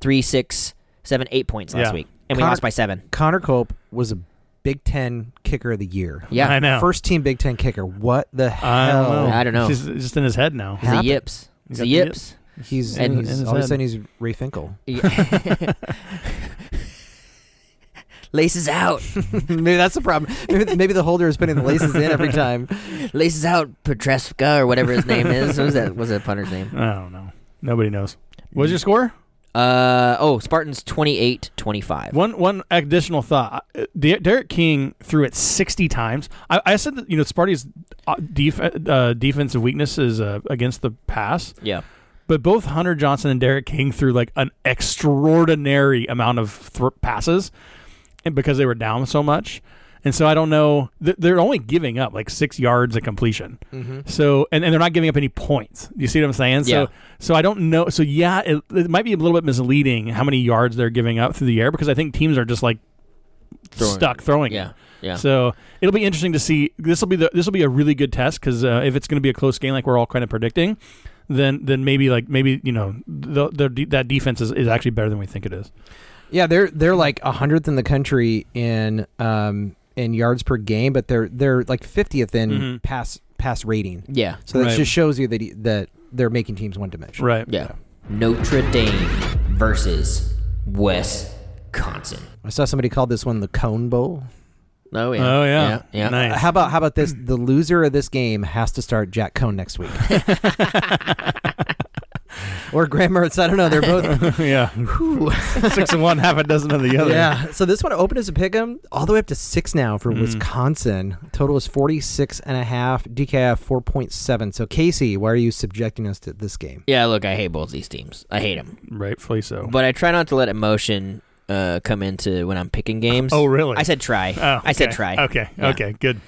[SPEAKER 2] three, six, seven, eight points last
[SPEAKER 6] Yeah.
[SPEAKER 2] week, and we
[SPEAKER 4] Connor-
[SPEAKER 2] lost by seven.
[SPEAKER 4] Connor Cope was a Big Ten kicker of the year.
[SPEAKER 2] Yeah,
[SPEAKER 6] I know.
[SPEAKER 4] First team Big Ten kicker. What the
[SPEAKER 6] I
[SPEAKER 4] hell?
[SPEAKER 6] don't know.
[SPEAKER 2] I don't know.
[SPEAKER 6] He's he's just in his head now.
[SPEAKER 2] He's a
[SPEAKER 4] happened?
[SPEAKER 2] yips. He's
[SPEAKER 6] got
[SPEAKER 2] a
[SPEAKER 6] the
[SPEAKER 2] yips.
[SPEAKER 4] He's
[SPEAKER 2] And-
[SPEAKER 4] and he's
[SPEAKER 6] and
[SPEAKER 4] all of a
[SPEAKER 6] his
[SPEAKER 4] sudden he's Ray Finkel.
[SPEAKER 2] Yeah. laces out,
[SPEAKER 4] maybe that's the problem. Maybe, maybe the holder is putting the laces in every time.
[SPEAKER 2] laces out. Petreska or whatever his name is. What was that? What was that punter's name?
[SPEAKER 6] I don't know. Nobody knows. What's
[SPEAKER 2] Mm.
[SPEAKER 6] your score?
[SPEAKER 2] Uh oh, Spartans 28-25.
[SPEAKER 6] One one additional thought. Uh, Der- Derek King threw it 60 times. I, I said that you know Sparty's uh, def- uh, defensive weakness is uh, against the pass,
[SPEAKER 2] Yeah.
[SPEAKER 6] but both Hunter Johnson and Derek King threw like an extraordinary amount of thr passes, and because they were down so much. And so I don't know. th- They're only giving up like six yards of completion. So and, and they're not giving up any points. You see what I'm saying? So
[SPEAKER 2] Yeah.
[SPEAKER 6] so I don't know. So yeah, it, it might be a little bit misleading how many yards they're giving up through the air because I think teams are just like
[SPEAKER 2] Throwing
[SPEAKER 6] stuck throwing. it.
[SPEAKER 2] Yeah. Yeah.
[SPEAKER 6] So it'll be interesting to see. This will be the this will be a really good test because uh, if it's going to be a close game, like we're all kind of predicting, then then maybe like maybe you know the, the de- that defense is, is actually better than we think it is.
[SPEAKER 4] Yeah, they're they're like hundredth in the country in um in yards per game, but they're they're like fiftieth in
[SPEAKER 6] Mhm.
[SPEAKER 4] pass pass rating.
[SPEAKER 2] yeah.
[SPEAKER 4] So that
[SPEAKER 6] Right.
[SPEAKER 4] just shows you that he, that they're making teams one dimensional.
[SPEAKER 6] Right.
[SPEAKER 2] Yeah. Notre Dame versus Wisconsin.
[SPEAKER 4] I saw somebody called this one the Cone Bowl.
[SPEAKER 2] Oh yeah.
[SPEAKER 6] Oh yeah.
[SPEAKER 2] Yeah. yeah.
[SPEAKER 6] Nice.
[SPEAKER 4] How about how about this? The loser of this game has to start Jack Cone next week. or Graham Mertz. I don't know. They're both.
[SPEAKER 6] yeah. Six and one, half a dozen of the other.
[SPEAKER 4] yeah. So this one opened as a pick'em, all the way up to six now for Wisconsin. Total is 46 and a half. DKF 4.7. So Casey, why are you subjecting us to this game?
[SPEAKER 2] Yeah, look, I hate both these teams. I hate them.
[SPEAKER 6] Rightfully so.
[SPEAKER 2] But I try not to let emotion uh, come into when I'm picking games.
[SPEAKER 6] Oh, really?
[SPEAKER 2] I said try.
[SPEAKER 6] Oh,
[SPEAKER 2] I said
[SPEAKER 6] okay.
[SPEAKER 2] try.
[SPEAKER 6] Okay.
[SPEAKER 2] Yeah.
[SPEAKER 6] Okay. Good.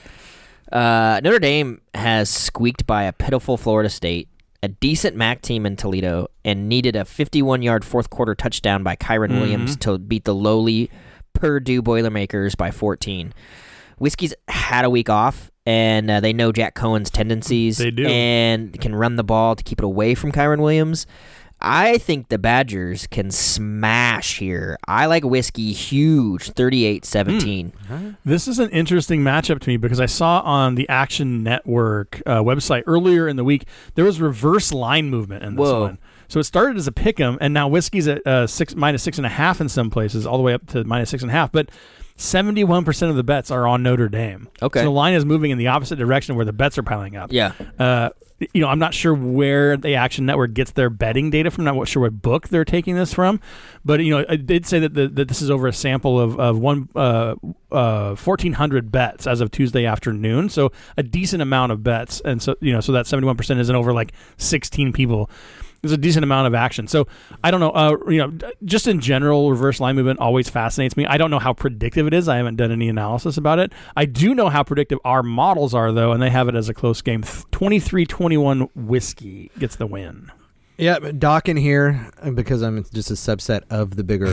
[SPEAKER 2] Uh, Notre Dame has squeaked by a pitiful Florida State, a decent MAC team in Toledo, and needed a 51-yard fourth quarter touchdown by Kyron
[SPEAKER 6] Mm-hmm.
[SPEAKER 2] Williams to beat the lowly Purdue Boilermakers by 14. Whiskey's had a week off, and uh, they know Jack Cohen's tendencies.
[SPEAKER 6] They do.
[SPEAKER 2] and can run the ball to keep it away from Kyron Williams. I think the Badgers can smash here. I like Whiskey huge, 38-17.
[SPEAKER 6] This is an interesting matchup to me because I saw on the Action Network uh, website earlier in the week there was reverse line movement in this
[SPEAKER 2] Whoa.
[SPEAKER 6] one. So it started as a pick'em, and now whiskey's at uh, six minus six and a half in some places, all the way up to minus six and a half. But seventy-one percent of the bets are on Notre Dame.
[SPEAKER 2] Okay.
[SPEAKER 6] so the line is moving in the opposite direction where the bets are piling up.
[SPEAKER 2] Yeah.
[SPEAKER 6] Uh, you know, I'm not sure where the Action Network gets their betting data from. Not sure what book they're taking this from, but you know, I did say that the, that this is over a sample of of one uh, uh, 1,400 bets as of Tuesday afternoon. So a decent amount of bets, and so you know, so that 71 percent isn't over like 16 people. There's a decent amount of action. So I don't know. Uh, you know, d- just in general, reverse line movement always fascinates me. I don't know how predictive it is. I haven't done any analysis about it. I do know how predictive our models are, though, and they have it as a close game. 23 21 whiskey gets the win.
[SPEAKER 4] Yeah, but Doc in here and because I'm just a subset of the bigger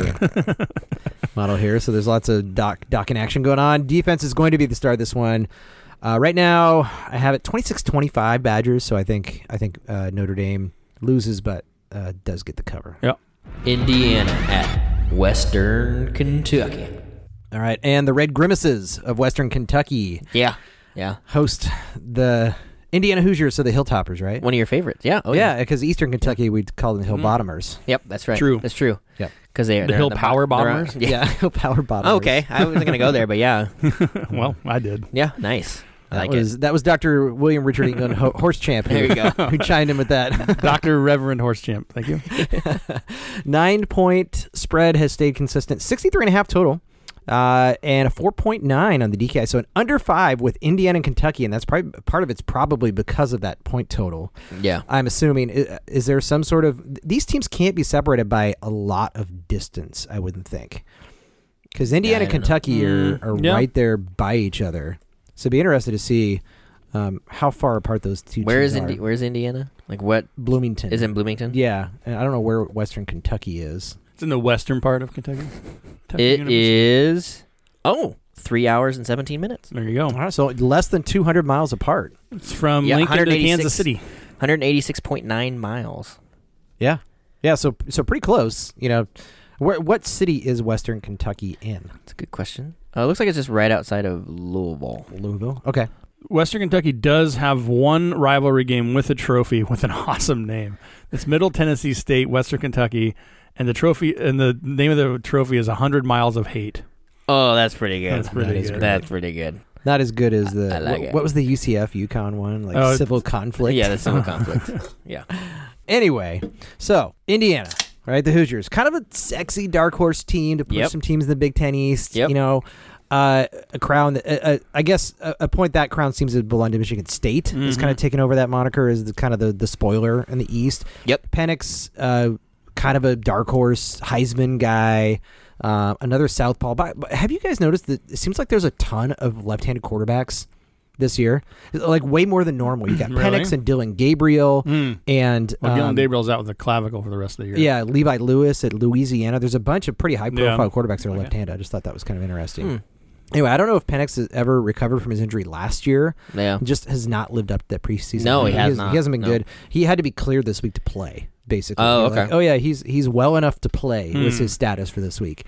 [SPEAKER 4] model here. So there's lots of Doc Doc in action going on. Defense is going to be the star of this one. Uh, right now, I have it 26-25 Badgers. So I think I think uh, Notre Dame loses, but uh, does get the cover.
[SPEAKER 6] Yep.
[SPEAKER 2] Indiana at Western Kentucky.
[SPEAKER 4] All right, and the Red Grimaces of Western Kentucky
[SPEAKER 2] Yeah. Yeah.
[SPEAKER 4] host the Indiana Hoosiers. So the Hilltoppers, right?
[SPEAKER 2] One of your favorites. Yeah. Mm-hmm. Oh,
[SPEAKER 4] yeah, because Eastern Kentucky we'd call them Hill Bottomers.
[SPEAKER 2] Yep. That's right.
[SPEAKER 6] True.
[SPEAKER 2] That's true.
[SPEAKER 4] Yep.
[SPEAKER 2] Because they are
[SPEAKER 6] The Hill Power
[SPEAKER 2] bombers.
[SPEAKER 6] Bombers?
[SPEAKER 2] Yeah. Oh,
[SPEAKER 4] Hill uh, Power Bottomers.
[SPEAKER 2] okay. I wasn't gonna go there, but yeah.
[SPEAKER 6] well, I did.
[SPEAKER 2] Yeah. Nice. I
[SPEAKER 4] That
[SPEAKER 2] like
[SPEAKER 4] was
[SPEAKER 2] it.
[SPEAKER 4] that was Dr. William Richard England Ho- Horse Champ. who-
[SPEAKER 2] There you go.
[SPEAKER 4] Who chimed in with that?
[SPEAKER 6] Dr. Reverend Horsechamp. Thank you.
[SPEAKER 4] Nine point spread has stayed consistent, 63 and a half total, uh, and a 4.9 on the DKI. So an under five with Indiana and Kentucky, and that's probably part of it's probably because of that point total.
[SPEAKER 2] Yeah.
[SPEAKER 4] I'm assuming is, is there some sort of these teams can't be separated by a lot of distance. I wouldn't think. because Indiana
[SPEAKER 2] I
[SPEAKER 4] and
[SPEAKER 2] don't know.
[SPEAKER 4] Kentucky are, are
[SPEAKER 6] yeah.
[SPEAKER 4] right there by each other. So be interested to see um, how far apart those two.
[SPEAKER 2] Where
[SPEAKER 4] teams
[SPEAKER 2] is
[SPEAKER 4] are.
[SPEAKER 2] Indi- Where's Indiana? Like what
[SPEAKER 4] Bloomington?
[SPEAKER 2] is in Bloomington?
[SPEAKER 4] Yeah, and I don't know where Western Kentucky is.
[SPEAKER 6] It's in the western part of Kentucky. Kentucky
[SPEAKER 2] It
[SPEAKER 6] University.
[SPEAKER 2] is. Oh, three hours and seventeen minutes.
[SPEAKER 6] There you go.
[SPEAKER 4] All right, so less than 200 miles apart.
[SPEAKER 6] It's from
[SPEAKER 2] Yeah,
[SPEAKER 6] Lincoln to
[SPEAKER 2] 186.
[SPEAKER 6] Kansas City.
[SPEAKER 2] One hundred eighty-six point nine miles.
[SPEAKER 4] Yeah, yeah. So so pretty close. You know, where what city is Western Kentucky in?
[SPEAKER 2] That's a good question. Uh, it looks like it's just right outside of Louisville.
[SPEAKER 4] Louisville. Okay.
[SPEAKER 6] Western Kentucky does have one rivalry game with a trophy with an awesome name. It's Middle Tennessee State, Western Kentucky, and the trophy and the name of the trophy is hundred miles of hate.
[SPEAKER 2] Oh, that's pretty good.
[SPEAKER 6] That's pretty
[SPEAKER 4] That is good. great.
[SPEAKER 2] That's pretty good.
[SPEAKER 4] Not as good as the
[SPEAKER 2] I like
[SPEAKER 4] what,
[SPEAKER 2] it.
[SPEAKER 4] what was the UCF Yukon one like
[SPEAKER 6] Oh,
[SPEAKER 4] civil conflict.
[SPEAKER 2] Yeah, that's civil conflict. Yeah.
[SPEAKER 4] Anyway, so Indiana, right? The Hoosiers, kind of a sexy dark horse team to push
[SPEAKER 2] Yep.
[SPEAKER 4] some teams in the Big Ten East.
[SPEAKER 2] Yep.
[SPEAKER 4] You know, uh, a crown. That, uh, uh, I guess a, a point that crown seems to belong to Michigan State.
[SPEAKER 2] Mm-hmm.
[SPEAKER 4] Is kind of taken over that moniker as the kind of the, the spoiler in the East.
[SPEAKER 2] Yep.
[SPEAKER 4] Penix, uh, kind of a dark horse Heisman guy. Uh, another southpaw. But but have you guys noticed that it seems like there's a ton of left-handed quarterbacks this year, like way more than normal? You got
[SPEAKER 6] Really?
[SPEAKER 4] Penix and Dylan Gabriel
[SPEAKER 2] Mm-hmm.
[SPEAKER 4] and
[SPEAKER 6] Well,
[SPEAKER 4] um,
[SPEAKER 6] Dylan Dabrill's out with a clavicle for the rest of the year.
[SPEAKER 4] yeah, Levi Lewis at Louisiana. There's a bunch of pretty high profile
[SPEAKER 6] Yeah.
[SPEAKER 4] quarterbacks that are left handed. I just thought that was kind of interesting.
[SPEAKER 2] Hmm.
[SPEAKER 4] Anyway, I don't know if Penix has ever recovered from his injury last year.
[SPEAKER 2] Yeah.
[SPEAKER 4] Just has not lived up to that preseason.
[SPEAKER 2] Oh. No, he has
[SPEAKER 4] has-
[SPEAKER 2] not.
[SPEAKER 4] He hasn't been
[SPEAKER 2] No.
[SPEAKER 4] good. He had to be cleared this week to play, basically.
[SPEAKER 2] Oh,
[SPEAKER 4] They were like,
[SPEAKER 2] okay.
[SPEAKER 4] oh, yeah, he's he's well enough to play,
[SPEAKER 6] Hmm.
[SPEAKER 4] was his status for this week.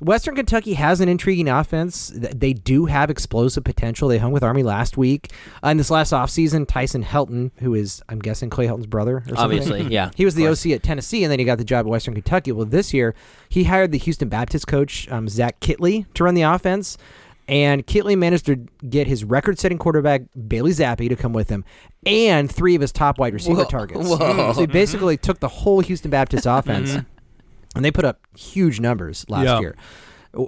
[SPEAKER 4] Western Kentucky has an intriguing offense. Th- They do have explosive potential. They hung with Army last week. Uh, in this last offseason, Tyson Helton, who is, I'm guessing, Clay Helton's brother or something.
[SPEAKER 2] Obviously, yeah,
[SPEAKER 4] He was
[SPEAKER 2] of
[SPEAKER 4] the
[SPEAKER 2] course.
[SPEAKER 4] OC at Tennessee, and then he got the job at Western Kentucky. Well, this year, he hired the Houston Baptist coach, um, Zach Kitley, to run the offense. And Kitley managed to get his record setting quarterback, Bailey Zappi, to come with him and three of his top wide receiver
[SPEAKER 2] Whoa.
[SPEAKER 4] targets. Mm,
[SPEAKER 2] Whoa. Mm-hmm.
[SPEAKER 4] So he basically took the whole Houston Baptist offense, and they put up huge numbers last
[SPEAKER 6] Yeah.
[SPEAKER 4] year.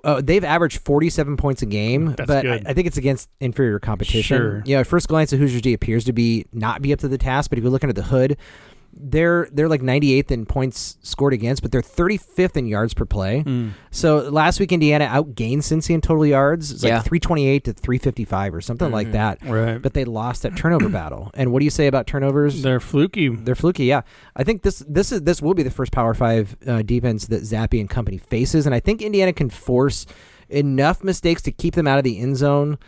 [SPEAKER 4] Uh, they've averaged 47 points a game,
[SPEAKER 6] That's
[SPEAKER 4] but I,
[SPEAKER 6] good.
[SPEAKER 4] I think it's against inferior competition.
[SPEAKER 6] Sure.
[SPEAKER 4] You know, at first glance, the Hoosiers D appears to be not be up to the task, but if you're looking at the hood, they're they're like 98th in points scored against, but they're 35th in yards per play.
[SPEAKER 6] Hmm.
[SPEAKER 4] So last week, Indiana outgained Cincy in total yards. It's like
[SPEAKER 2] Yeah.
[SPEAKER 4] 328 to 355 or something like that.
[SPEAKER 6] Hmm. Right.
[SPEAKER 4] But they lost that turnover battle. And what do you say about turnovers?
[SPEAKER 6] They're fluky.
[SPEAKER 4] They're fluky, yeah. I think this this is this will be the first Power Five uh, defense that Zappi and company faces, and I think Indiana can force enough mistakes to keep them out of the end zone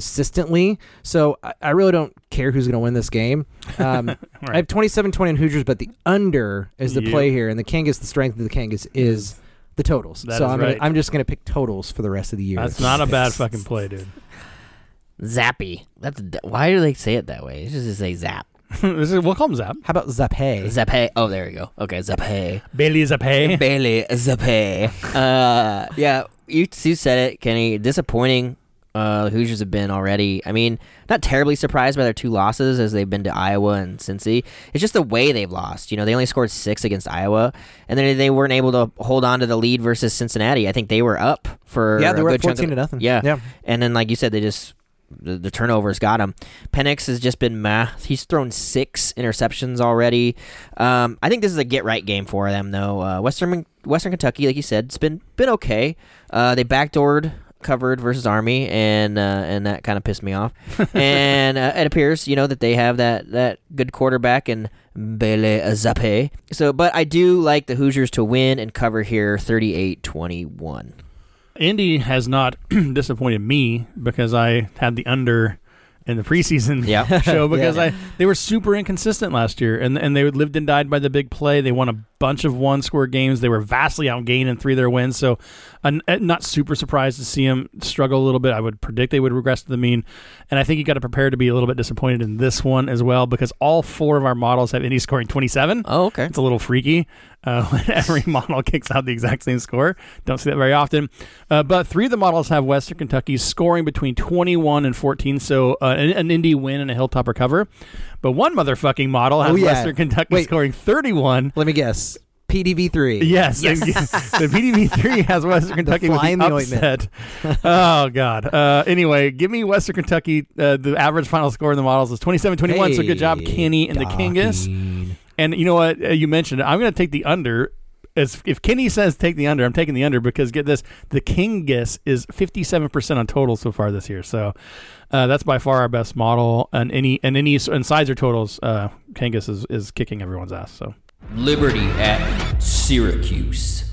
[SPEAKER 4] consistently. So I, I really don't care who's going to win this game. Um, I have 27-20 in Hoosiers, but the under is the play
[SPEAKER 6] Yep.
[SPEAKER 4] here, and the Kangas, the strength of the Kangas is the totals.
[SPEAKER 6] That
[SPEAKER 4] so
[SPEAKER 6] is
[SPEAKER 4] I'm gonna,
[SPEAKER 6] right.
[SPEAKER 4] I'm just going to pick totals for the rest of the year.
[SPEAKER 6] That's not a bad fucking play, dude.
[SPEAKER 2] Zappy. That's d- why do they say it that way? It's just to say zap.
[SPEAKER 6] this is we'll call him Zap.
[SPEAKER 4] How about Zappe?
[SPEAKER 2] Zappe. Oh, there we go. Okay, zappe.
[SPEAKER 6] Bailey is a pay.
[SPEAKER 2] Bailey Zappe. Uh, yeah, you you said it, Kenny. Disappointing. Uh, the Hoosiers have been already. I mean, not terribly surprised by their two losses as they've been to Iowa and Cincy. It's just the way they've lost. You know, they only scored six against Iowa, and then they weren't able to hold on to the lead versus Cincinnati. I think they were up for
[SPEAKER 4] Yeah, they
[SPEAKER 2] a
[SPEAKER 4] were
[SPEAKER 2] good
[SPEAKER 4] up
[SPEAKER 2] chunk of
[SPEAKER 4] 14 to
[SPEAKER 2] the-
[SPEAKER 4] nothing.
[SPEAKER 2] Yeah,
[SPEAKER 4] Yeah.
[SPEAKER 2] and then like you said, they just the, the turnovers got him. Penix has just been meh. He's thrown six interceptions already. Um, I think this is a get right game for them though. Uh, Western Western Kentucky, like you said, it's been been okay. Uh, they backdoored covered versus Army, and uh, and that kind of pissed me off. and uh, it appears you know that they have that that good quarterback and. Bele Zappe. So, but I do like the Hoosiers to win and cover here 38 21.
[SPEAKER 6] Indy has not disappointed me because I had the under in the preseason
[SPEAKER 2] Yeah.
[SPEAKER 6] show because I they were super inconsistent last year and and they lived and died by the big play. They won a bunch of one score games. They were vastly outgained in three of their wins. So, I'm not super surprised to see them struggle a little bit. I would predict they would regress to the mean, and I think you got to prepare to be a little bit disappointed in this one as well because all four of our models have Indy scoring 27.
[SPEAKER 2] Oh, okay.
[SPEAKER 6] It's a little freaky uh, when every model kicks out the exact same score. Don't see that very often. Uh, but three of the models have Western Kentucky scoring between 21 and 14, so uh, an, an Indy win and a Hilltop recover. But one motherfucking model has
[SPEAKER 4] Oh, yeah.
[SPEAKER 6] Western Kentucky
[SPEAKER 4] Wait.
[SPEAKER 6] scoring 31.
[SPEAKER 4] Let me guess. PDV three.
[SPEAKER 6] Yes, the- the PDB three has Western Kentucky with
[SPEAKER 4] fly in
[SPEAKER 6] the
[SPEAKER 4] the ointment.
[SPEAKER 6] upset. oh God. Uh, anyway, give me Western Kentucky. Uh, the average final score in the models is 27-21, So good job,
[SPEAKER 4] Hey,
[SPEAKER 6] Kenny and the Kingus.
[SPEAKER 4] Dawkins.
[SPEAKER 6] And you know what? Uh, you mentioned it. I'm going to take the under as if Kenny says take the under, I'm taking the under because get this, the King guess is 57% on total so far this year. So uh, that's by far our best model, and any and any and sides or totals, uh, Kangas is is kicking everyone's ass. So
[SPEAKER 2] Liberty at Syracuse.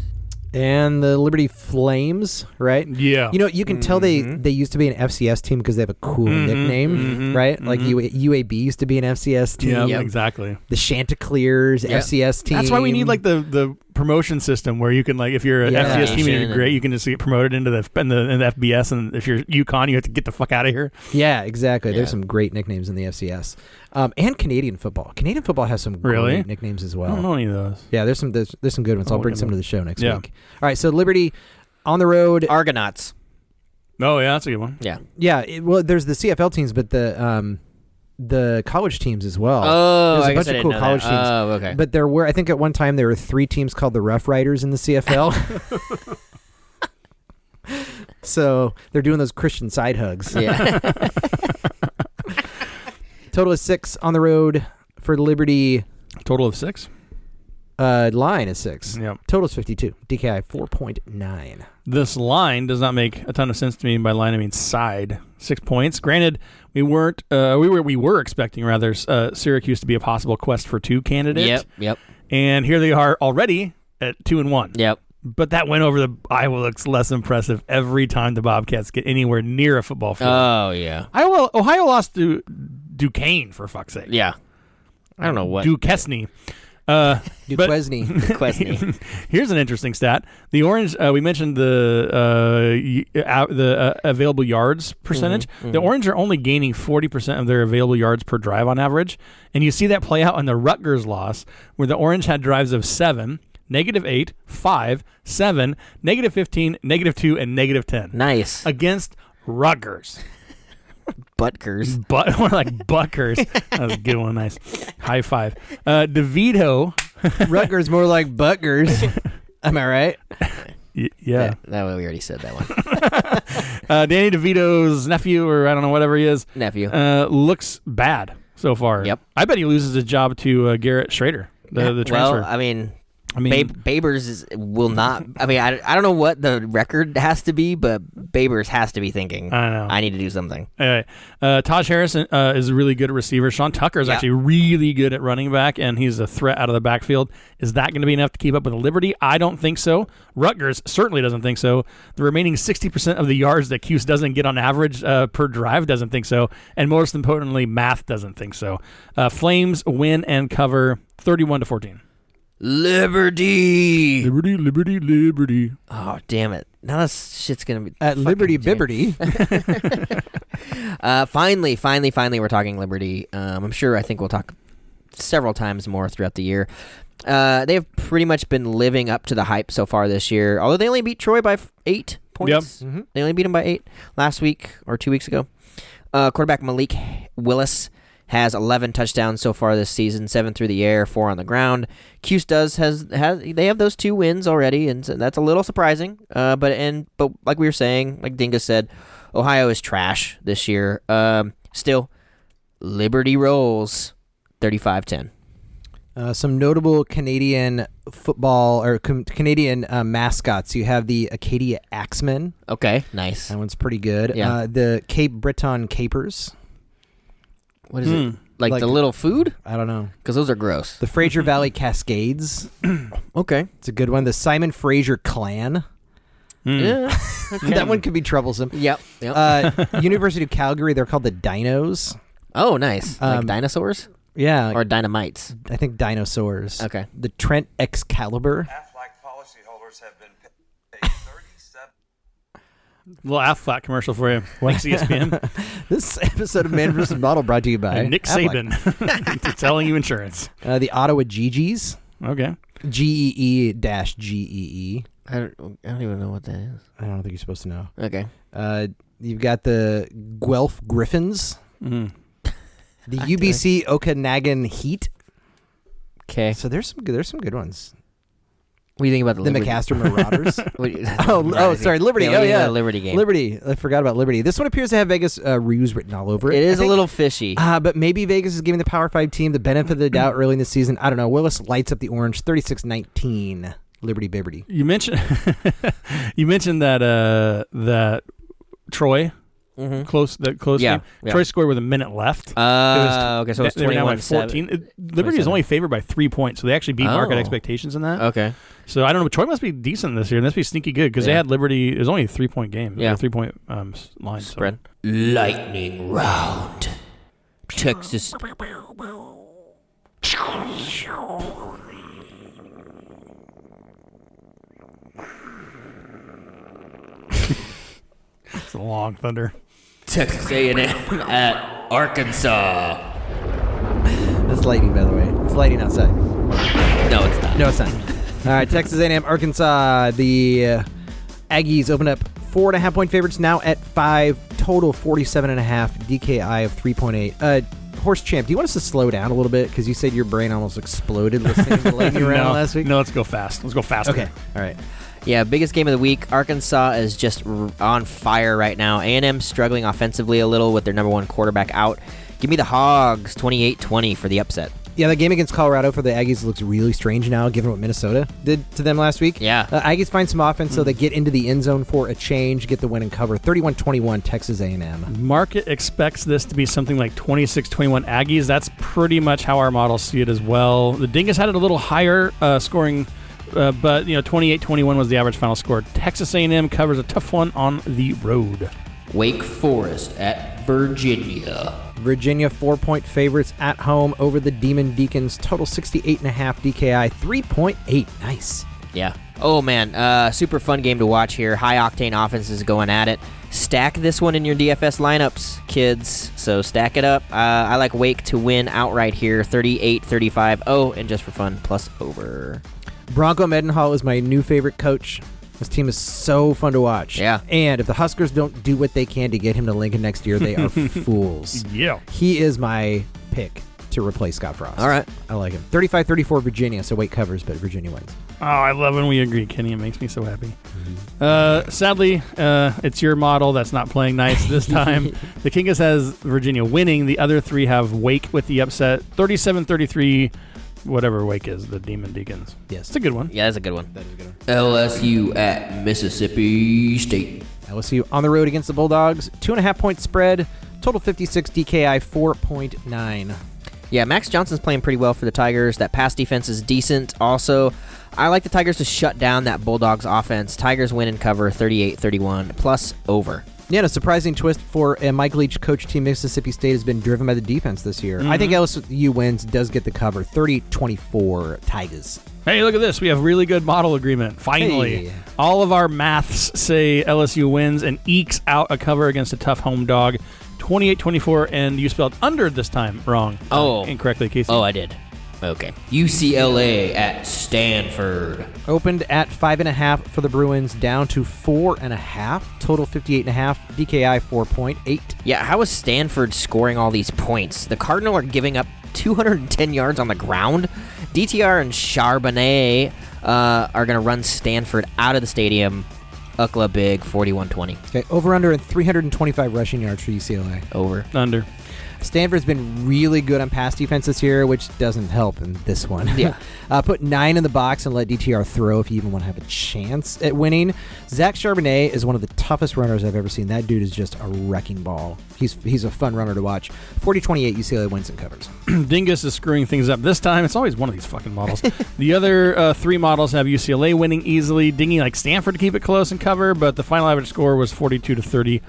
[SPEAKER 4] and the Liberty Flames, right?
[SPEAKER 6] Yeah.
[SPEAKER 4] You know, you can tell they
[SPEAKER 2] Mm-hmm.
[SPEAKER 4] they used to be an FCS team because they have a cool
[SPEAKER 6] Mm-hmm,
[SPEAKER 4] nickname, right? Like U- UAB used to be an FCS team.
[SPEAKER 6] yeah, exactly.
[SPEAKER 4] The Chanticleers FCS team.
[SPEAKER 6] That's why we need like the the promotion system where you can like if you're an
[SPEAKER 4] Yeah.
[SPEAKER 6] FCS team and
[SPEAKER 2] Nation
[SPEAKER 6] you're great, you can just get promoted into the in the, in the FBS, and if you're UConn, you have to get the fuck out of here.
[SPEAKER 4] Yeah, exactly.
[SPEAKER 2] Yeah.
[SPEAKER 4] There's some great nicknames in the FCS, um, and Canadian football. Canadian football has some
[SPEAKER 6] Really?
[SPEAKER 4] great nicknames as
[SPEAKER 6] I don't
[SPEAKER 4] well.
[SPEAKER 6] know any of those.
[SPEAKER 4] Yeah, there's some there's, there's some good ones. I'll
[SPEAKER 6] look
[SPEAKER 4] bring
[SPEAKER 6] at
[SPEAKER 4] some
[SPEAKER 6] them.
[SPEAKER 4] to the show next
[SPEAKER 6] Yeah.
[SPEAKER 4] week. All right, so Liberty on the road.
[SPEAKER 2] Argonauts.
[SPEAKER 6] Oh yeah, that's a good one.
[SPEAKER 2] Yeah.
[SPEAKER 4] Yeah, it, well, there's the CFL teams, but the um, the college teams as well.
[SPEAKER 2] Oh,
[SPEAKER 4] there's a
[SPEAKER 2] I guess
[SPEAKER 4] bunch
[SPEAKER 2] I
[SPEAKER 4] of
[SPEAKER 2] didn't
[SPEAKER 4] cool
[SPEAKER 2] know
[SPEAKER 4] college
[SPEAKER 2] that.
[SPEAKER 4] teams.
[SPEAKER 2] Oh, okay.
[SPEAKER 4] But there were, I think, at one time there were three teams called the Rough Riders in the CFL. so they're doing those Christian side hugs.
[SPEAKER 2] yeah.
[SPEAKER 4] Total is six on the road for Liberty.
[SPEAKER 6] Total of six.
[SPEAKER 4] Uh, line is six.
[SPEAKER 6] Yep.
[SPEAKER 4] Total is 52. DKI 4.9.
[SPEAKER 6] this line does not make a ton of sense to me. And by line, I mean side six points. Granted, we weren't uh, we were we were expecting rather uh, Syracuse to be a possible quest for two candidate.
[SPEAKER 2] yep. Yep.
[SPEAKER 6] And here they are already at two and one.
[SPEAKER 2] Yep.
[SPEAKER 6] But that win over the Iowa looks less impressive every time the Bobcats get anywhere near a football field.
[SPEAKER 2] Oh, yeah.
[SPEAKER 6] Iowa Ohio lost to Duquesne for fuck's sake.
[SPEAKER 2] Yeah. I don't know what.
[SPEAKER 6] Duquesne. Uh, but-
[SPEAKER 4] Duquesne.
[SPEAKER 2] Quesney.
[SPEAKER 6] Here's an interesting stat: the orange. Uh, we mentioned the uh, y- out- the uh, available yards percentage. The orange are only gaining forty percent of their available yards per drive on average, and you see that play out on the Rutgers loss, where the orange had drives of seven, negative eight, five, seven, negative fifteen, negative two, and negative ten
[SPEAKER 2] nice.
[SPEAKER 6] against Rutgers.
[SPEAKER 2] Butkers.
[SPEAKER 6] But we're like Buckers. That was a good one. Nice high five. Uh, Devito.
[SPEAKER 4] Rutgers more like Buckers. Am I right?
[SPEAKER 6] Y- yeah.
[SPEAKER 2] That, that we already said that one.
[SPEAKER 6] uh, Danny DeVito's nephew, or I don't know, whatever he is,
[SPEAKER 2] Nephew.
[SPEAKER 6] uh, looks bad so far.
[SPEAKER 2] Yep.
[SPEAKER 6] I bet he loses his job to uh, Garrett Schrader, the, the transfer.
[SPEAKER 2] Well, I mean,
[SPEAKER 6] I mean,
[SPEAKER 2] Babe, Babers is, will not. I mean, I, I don't know what the record has to be, but Babers has to be thinking.
[SPEAKER 6] I know.
[SPEAKER 2] I need to do something.
[SPEAKER 6] all right. uh, Taj Harrison uh, is really good at receiver. Sean Tucker is
[SPEAKER 2] Yeah.
[SPEAKER 6] actually really good at running back, and he's a threat out of the backfield. Is that going to be enough to keep up with Liberty? I don't think so. Rutgers certainly doesn't think so. The remaining 60% of the yards that Cuse doesn't get on average uh, per drive doesn't think so. And most importantly, math doesn't think so. Uh, Flames win and cover 31 to 14.
[SPEAKER 2] Liberty.
[SPEAKER 6] Liberty, Liberty, Liberty.
[SPEAKER 2] Oh damn it! Now this shit's gonna be
[SPEAKER 4] At
[SPEAKER 2] fucking
[SPEAKER 4] Liberty
[SPEAKER 2] jam.
[SPEAKER 4] Bibberty.
[SPEAKER 2] Uh, finally, finally, finally, we're talking Liberty. Um, I'm sure. I think we'll talk several times more throughout the year. Uh, they've pretty much been living up to the hype so far this year. Although they only beat Troy by f- eight points.
[SPEAKER 4] Mhm.
[SPEAKER 2] They only beat him by eight last week or two weeks ago. Uh, quarterback Malik Willis has 11 touchdowns so far this season, seven through the air, four on the ground. Cuse does has has they have those two wins already, and so that's a little surprising. Uh, but and but like we were saying, like Dingus said, Ohio is trash this year. Um, still, Liberty rolls 35-10.
[SPEAKER 4] Uh, some notable Canadian football or com- Canadian uh, mascots. You have the Acadia Axemen.
[SPEAKER 2] Okay, nice.
[SPEAKER 4] That one's pretty good.
[SPEAKER 2] Yeah.
[SPEAKER 4] Uh, the Cape Breton Capers.
[SPEAKER 2] What is it? Hmm. Like,
[SPEAKER 4] Like-
[SPEAKER 2] the little food?
[SPEAKER 4] I don't know.
[SPEAKER 2] Because those are gross.
[SPEAKER 4] The Fraser Valley Cascades.
[SPEAKER 2] Okay.
[SPEAKER 4] It's a good one. The Simon Fraser Clan.
[SPEAKER 6] Hmm,
[SPEAKER 2] Yeah.
[SPEAKER 4] that one could be troublesome.
[SPEAKER 2] Yep. yep.
[SPEAKER 4] Uh, University of Calgary. They're called the Dinos.
[SPEAKER 2] oh, nice.
[SPEAKER 4] um,
[SPEAKER 2] like dinosaurs
[SPEAKER 4] Yeah,
[SPEAKER 2] or dynamites.
[SPEAKER 4] I think dinosaurs.
[SPEAKER 2] Okay.
[SPEAKER 4] The Trent Excalibur.
[SPEAKER 7] Aflac policyholders have been paid 37
[SPEAKER 6] Little Affleck commercial for you. Thanks, ESPN.
[SPEAKER 4] This episode of Man vs. Model brought to you by
[SPEAKER 6] and Nick
[SPEAKER 4] Aflac.
[SPEAKER 6] Saban selling you insurance.
[SPEAKER 4] Uh, the Ottawa Gigi's.
[SPEAKER 6] Okay.
[SPEAKER 4] G E E dash G E E.
[SPEAKER 2] I don't, I don't even know what that is.
[SPEAKER 4] I don't think you're supposed to know.
[SPEAKER 2] Okay.
[SPEAKER 4] Uh, you've got the Guelph Griffins.
[SPEAKER 6] Mm-hmm.
[SPEAKER 4] The UBC Okanagan Heat.
[SPEAKER 2] Okay.
[SPEAKER 4] So there's some good, there's some good ones.
[SPEAKER 2] What do you think about the,
[SPEAKER 4] The
[SPEAKER 2] Liberty?
[SPEAKER 4] McCaster Marauders.
[SPEAKER 2] What do you-
[SPEAKER 4] Oh, oh, sorry, Liberty.
[SPEAKER 2] Yeah, what
[SPEAKER 4] oh,
[SPEAKER 2] do you think
[SPEAKER 4] yeah,
[SPEAKER 2] about the Liberty game.
[SPEAKER 4] Liberty. I forgot about Liberty. This one appears to have Vegas uh, ruse written all over it.
[SPEAKER 2] It
[SPEAKER 4] I
[SPEAKER 2] is a
[SPEAKER 4] think.
[SPEAKER 2] little fishy.
[SPEAKER 4] Uh, but maybe Vegas is giving the Power Five team the benefit of the doubt early in the season. I don't know. Willis lights up the orange 36 19. Liberty Bibberty.
[SPEAKER 6] You mentioned you mentioned that uh that Troy close that close
[SPEAKER 2] Hmm? Mm-hmm. Yeah,
[SPEAKER 6] game.
[SPEAKER 2] yeah.
[SPEAKER 6] Troy scored with a minute left.
[SPEAKER 2] Uh, okay, so it's
[SPEAKER 6] they were now
[SPEAKER 2] 21
[SPEAKER 6] at 14. It- Liberty is
[SPEAKER 2] 27.
[SPEAKER 6] only favored by three points, so they actually beat market
[SPEAKER 2] Oh.
[SPEAKER 6] expectations in that.
[SPEAKER 2] Okay.
[SPEAKER 6] So I don't know. Troy must be decent this year. They must be sneaky good because they
[SPEAKER 2] Yeah.
[SPEAKER 6] had Liberty. It was only a three point game.
[SPEAKER 2] Yeah.
[SPEAKER 6] three point um s- line so-
[SPEAKER 2] Spread. Lightning round. Texas.
[SPEAKER 6] It's a long thunder.
[SPEAKER 2] Texas A&M at Arkansas.
[SPEAKER 4] That's lightning, by the way. It's lightning outside.
[SPEAKER 2] No, it's not.
[SPEAKER 4] No, it's not. All right, Texas A&M, Arkansas. The uh, Aggies open up four and a half point favorites now at five. Total 47 and a half. DKI of 3.8. Uh, Horse Champ, do you want us to slow down a little bit? Because you said your brain almost exploded listening to lightning round
[SPEAKER 6] no,
[SPEAKER 4] last week.
[SPEAKER 6] no, let's go fast. Let's go faster.
[SPEAKER 4] Okay. All right.
[SPEAKER 2] Yeah, biggest game of the week. Arkansas is just r- on fire right now. A&M struggling offensively a little with their number one quarterback out. Give me the Hogs 28-20 for the upset.
[SPEAKER 4] Yeah, that game against Colorado for the Aggies looks really strange now, given what Minnesota did to them last week.
[SPEAKER 2] Yeah.
[SPEAKER 4] Uh, Aggies find some offense, so they get into the end zone for a change, get the win and cover. 31-21, Texas A&M.
[SPEAKER 6] Market expects this to be something like 26 21 Aggies. That's pretty much how our models see it as well. The Dingus had it a little higher uh, scoring, uh, but you know 28 21 was the average final score. Texas A&M covers a tough one on the road.
[SPEAKER 2] Wake Forest at Virginia.
[SPEAKER 4] Virginia four-point favorites at home over the Demon Deacons. Total 68.5 DKI, 3.8. Nice.
[SPEAKER 2] Yeah. Oh man, uh, super fun game to watch here. High octane offenses going at it. Stack this one in your DFS lineups, kids. So stack it up. Uh, I like Wake to win outright here, 38-35. Oh, and just for fun, plus over.
[SPEAKER 4] Bronco Mendenhall is my new favorite coach. This team is so fun to watch.
[SPEAKER 2] Yeah.
[SPEAKER 4] And if the Huskers don't do what they can to get him to Lincoln next year, they are fools.
[SPEAKER 6] Yeah.
[SPEAKER 4] He is my pick to replace Scott Frost.
[SPEAKER 2] All right.
[SPEAKER 4] I like him. 35 34 Virginia, so wait covers, but Virginia wins.
[SPEAKER 6] Oh, I love when we agree, Kenny. It makes me so happy. Uh, sadly, uh, it's your model that's not playing nice this time. the Kingas has Virginia winning. The other three have Wake with the upset, 37 33, whatever Wake is, the Demon Deacons.
[SPEAKER 4] Yes.
[SPEAKER 6] It's a good one.
[SPEAKER 2] Yeah, that's a good one. That is a good one. LSU at Mississippi State.
[SPEAKER 4] LSU on the road against the Bulldogs. Two and a half point spread, total 56, DKI 4.9.
[SPEAKER 2] Yeah, Max Johnson's playing pretty well for the Tigers. That pass defense is decent. Also, I like the Tigers to shut down that Bulldogs offense. Tigers win and cover 38 31, plus over.
[SPEAKER 4] Yeah, and a surprising twist for a Mike Leach coach team. Mississippi State has been driven by the defense this year. I think LSU wins, does get the cover 30 24 Tigers.
[SPEAKER 6] Hey, look at this. We have really good model agreement. Finally.
[SPEAKER 4] Hey.
[SPEAKER 6] All of our maths say LSU wins and ekes out a cover against a tough home dog. 28-24 and you spelled under this time wrong. Uh,
[SPEAKER 2] Oh.
[SPEAKER 6] incorrectly, Casey.
[SPEAKER 2] I did. Okay. UCLA at Stanford.
[SPEAKER 4] Opened at five and a half for the Bruins, down to four and a half, total 58 and a half, DKI 4.8.
[SPEAKER 2] Yeah, how is Stanford scoring all these points? The Cardinal are giving up 210 yards on the ground. DTR and Charbonnet uh, are going to run Stanford out of the stadium. Ukla big, 41 20.
[SPEAKER 4] Okay, over under and 325 rushing yards for UCLA.
[SPEAKER 2] Over.
[SPEAKER 6] Under.
[SPEAKER 4] Stanford's been really good on pass defense this year, which doesn't help in this one.
[SPEAKER 2] Yeah.
[SPEAKER 4] uh, put nine in the box and let DTR throw if you even want to have a chance at winning. Zach Charbonnet is one of the toughest runners I've ever seen. That dude is just a wrecking ball. He's he's a fun runner to watch. 40 28 UCLA wins and covers.
[SPEAKER 6] Dingus is screwing things up this time. It's always one of these fucking models. the other uh, three models have UCLA winning easily. Dingy like Stanford to keep it close and cover, but the final average score was 42 to 30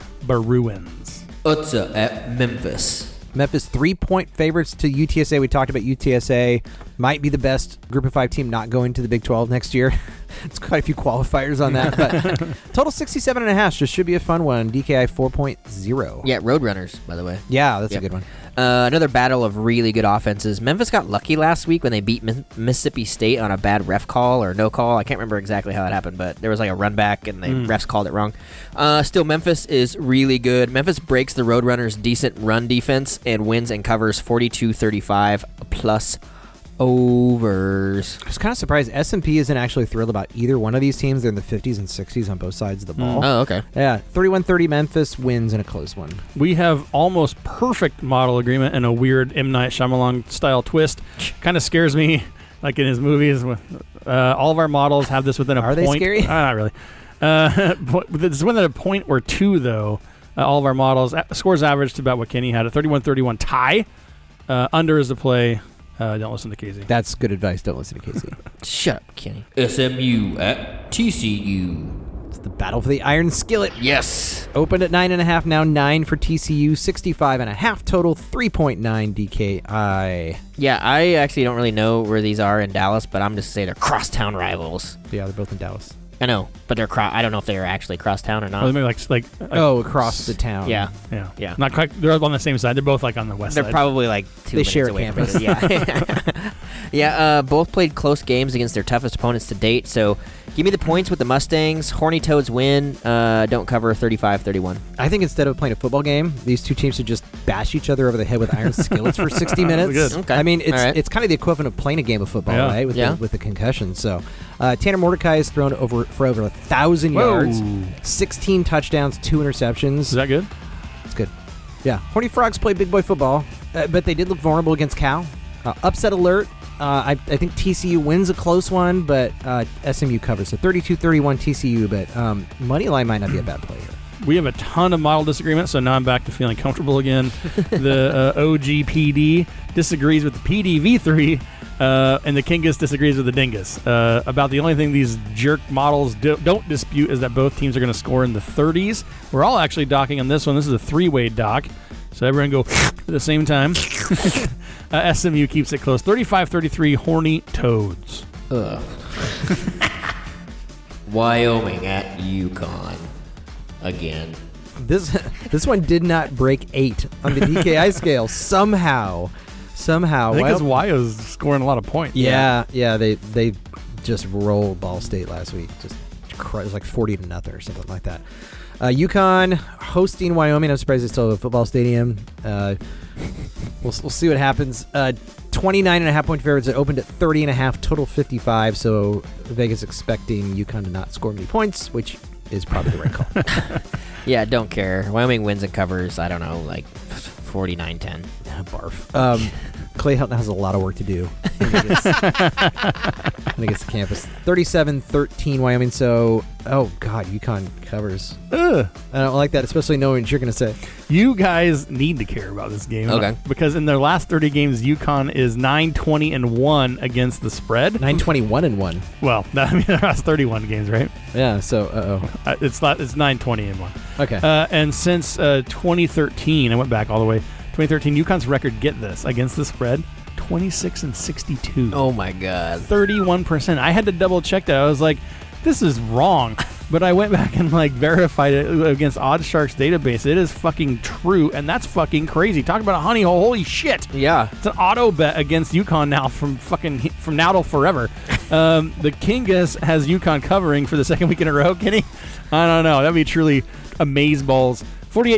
[SPEAKER 6] Bruins.
[SPEAKER 2] Utsa at Memphis.
[SPEAKER 4] Memphis three point favorites to UTSA. We talked about UTSA might be the best Group of Five team not going to the Big Twelve next year. it's quite a few qualifiers on that, but total sixty seven and a half. This should be a fun one. DKI four point zero.
[SPEAKER 2] Yeah, Roadrunners, by the way.
[SPEAKER 4] Yeah, that's
[SPEAKER 2] Yeah.
[SPEAKER 4] a good one.
[SPEAKER 2] Uh, another battle of really good offenses. Memphis got lucky last week when they beat Mis- Mississippi State on a bad ref call or no call. I can't remember exactly how it happened, but there was like a run back and the refs called it wrong. Uh, still, Memphis is really good. Memphis breaks the Roadrunners' decent run defense and wins and covers 42 35 plus overs.
[SPEAKER 4] I was kind of surprised S&P isn't actually thrilled about either one of these teams. They're in the 50s and 60s on both sides of the ball.
[SPEAKER 2] Oh, okay.
[SPEAKER 4] Yeah, 31-30 Memphis wins in a close one.
[SPEAKER 6] We have almost perfect model agreement and a weird M. Night Shyamalan style twist. kind of scares me. like in his movies. Uh, all of our models have this within a
[SPEAKER 4] Are they
[SPEAKER 6] point.
[SPEAKER 4] scary?
[SPEAKER 6] Uh, not really. Uh, but this is within a point or two, though. Uh, all of our models a- scores averaged to about what Kenny had a 31-31 tie. Uh, under is the play. Uh, don't listen to Casey.
[SPEAKER 4] That's good advice. Don't listen to Casey.
[SPEAKER 2] Shut up, Kenny. SMU at TCU.
[SPEAKER 4] it's the battle for the iron skillet.
[SPEAKER 2] Yes.
[SPEAKER 4] Opened at nine and a half, now nine for TCU. 65 and a half total, 3.9 DKI.
[SPEAKER 2] Yeah, I actually don't really know where these are in Dallas, but I'm just say they're crosstown rivals.
[SPEAKER 4] Yeah, they're both in Dallas.
[SPEAKER 2] I know, but they're cro- I don't know if they're actually crosstown or
[SPEAKER 6] Or
[SPEAKER 2] not.
[SPEAKER 6] maybe like like
[SPEAKER 4] Oh, across the town.
[SPEAKER 2] Yeah.
[SPEAKER 6] yeah
[SPEAKER 2] Yeah.
[SPEAKER 6] not quite. They're on the same side. They're both like on the west
[SPEAKER 2] They're
[SPEAKER 6] side.
[SPEAKER 2] probably like two
[SPEAKER 4] They
[SPEAKER 2] minutes
[SPEAKER 4] share a
[SPEAKER 2] away
[SPEAKER 4] campus.
[SPEAKER 2] from each other. Yeah, yeah. Uh, both played close games against their toughest opponents to date. So, give me the points with the Mustangs. Horny Toads win. Uh, don't cover 35-31.
[SPEAKER 4] I think instead of playing a football game, these two teams should just bash each other over the head with iron skillets for 60 minutes.
[SPEAKER 6] Good.
[SPEAKER 2] Okay.
[SPEAKER 4] I mean, it's
[SPEAKER 2] All right.
[SPEAKER 4] it's kind of the equivalent of playing a game of football,
[SPEAKER 6] Yeah.
[SPEAKER 4] right? With,
[SPEAKER 2] Yeah.
[SPEAKER 4] the, with the concussion. So, uh, Tanner Mordecai has thrown over for over a thousand
[SPEAKER 6] Whoa.
[SPEAKER 4] yards, 16 touchdowns, two interceptions.
[SPEAKER 6] Is that good?
[SPEAKER 4] It's good. Yeah, Horny Frogs play big boy football, uh, but they did look vulnerable against Cal. Uh, upset alert. Uh, I, I think TCU wins a close one, but uh, SMU covers. So 32-31 TCU, but um, money line might not be a bad play here.
[SPEAKER 6] We have a ton of model disagreements, so now I'm back to feeling comfortable again. the uh, OGPD disagrees with the PDV3, uh, and the Kingus disagrees with the Dingus. Uh, about the only thing these jerk models do- don't dispute is that both teams are going to score in the 30s. We're all actually docking on this one. This is a three way dock, so everyone go at the same time. uh, SMU keeps it close 35 33, horny toads.
[SPEAKER 2] Wyoming at UConn again.
[SPEAKER 4] This this one did not break eight on the DKI scale somehow. Somehow.
[SPEAKER 6] I think
[SPEAKER 4] Well-
[SPEAKER 6] that's Wyo's scoring a lot of points.
[SPEAKER 4] yeah, yeah, they they just rolled Ball State last week. Just cr- it was like forty to nothing or something like that. Uh, UConn hosting Wyoming. I'm surprised they still have a football stadium. Uh, we'll, we'll see what happens. Uh, 29 and a half point favorites. It opened at 30 and a half, total 55. So Vegas expecting UConn to not score many points, which is probably the right call.
[SPEAKER 2] Yeah, don't care. Wyoming wins and covers. I don't know, like 49-10.
[SPEAKER 4] Barf. Um, Clay Helton has a lot of work to do. when he gets- when he gets to campus. 37 13 Wyoming. So, oh, God, UConn covers.
[SPEAKER 6] Ugh.
[SPEAKER 4] I don't like that, especially knowing what you're going to say.
[SPEAKER 6] You guys need to care about this game.
[SPEAKER 2] Okay.
[SPEAKER 6] Because in their last 30 games, UConn is 9 20 and 1 against the spread.
[SPEAKER 4] 921 and 1.
[SPEAKER 6] Well, I mean, their last 31 games, right?
[SPEAKER 4] Yeah, so, uh oh.
[SPEAKER 6] Uh, It's not, it's 9 20 and 1.
[SPEAKER 4] Okay.
[SPEAKER 6] Uh, and since uh, 2013, I went back all the way. 2013, UConn's record, get this, against the spread 26 and 62.
[SPEAKER 2] Oh my god.
[SPEAKER 6] 31%. I had to double check that. I was like, this is wrong. But I went back and like verified it against Odd Shark's database. It is fucking true, and that's fucking crazy. Talk about a honey hole. Holy shit!
[SPEAKER 2] Yeah.
[SPEAKER 6] It's an auto bet against UConn now from fucking from now till forever. Um, the Kingus has UConn covering for the second week in a row. Kenny, I don't know. That'd be truly amaze balls.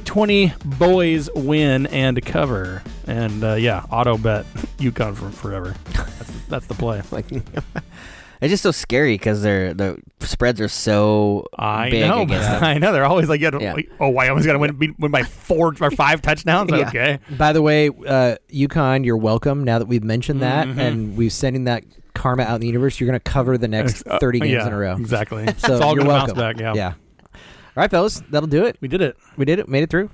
[SPEAKER 6] 48-20 boys win and cover, and uh, yeah, auto bet UConn for forever. That's, that's the play.
[SPEAKER 2] Like it's just so scary because they're the spreads are so
[SPEAKER 6] I
[SPEAKER 2] big
[SPEAKER 6] know,
[SPEAKER 2] against them.
[SPEAKER 6] I know. They're always like, yeah, don't-
[SPEAKER 2] Yeah.
[SPEAKER 6] like, oh, Wyoming's gonna win, beat- win by four or five touchdowns.
[SPEAKER 2] Yeah.
[SPEAKER 6] Okay,
[SPEAKER 4] By the way, uh, UConn, you're welcome now that we've mentioned that
[SPEAKER 2] Mm-hmm.
[SPEAKER 4] and we're sending that karma out in the universe. You're going to cover the next
[SPEAKER 6] Uh,
[SPEAKER 4] 30 games
[SPEAKER 6] yeah,
[SPEAKER 4] in a row.
[SPEAKER 6] Exactly. it's
[SPEAKER 4] So,
[SPEAKER 6] all
[SPEAKER 4] you're
[SPEAKER 6] gonna
[SPEAKER 4] welcome.
[SPEAKER 6] bounce back. Yeah.
[SPEAKER 4] yeah. All right, fellas, that'll do it.
[SPEAKER 6] we did it.
[SPEAKER 4] We did it. Made it through.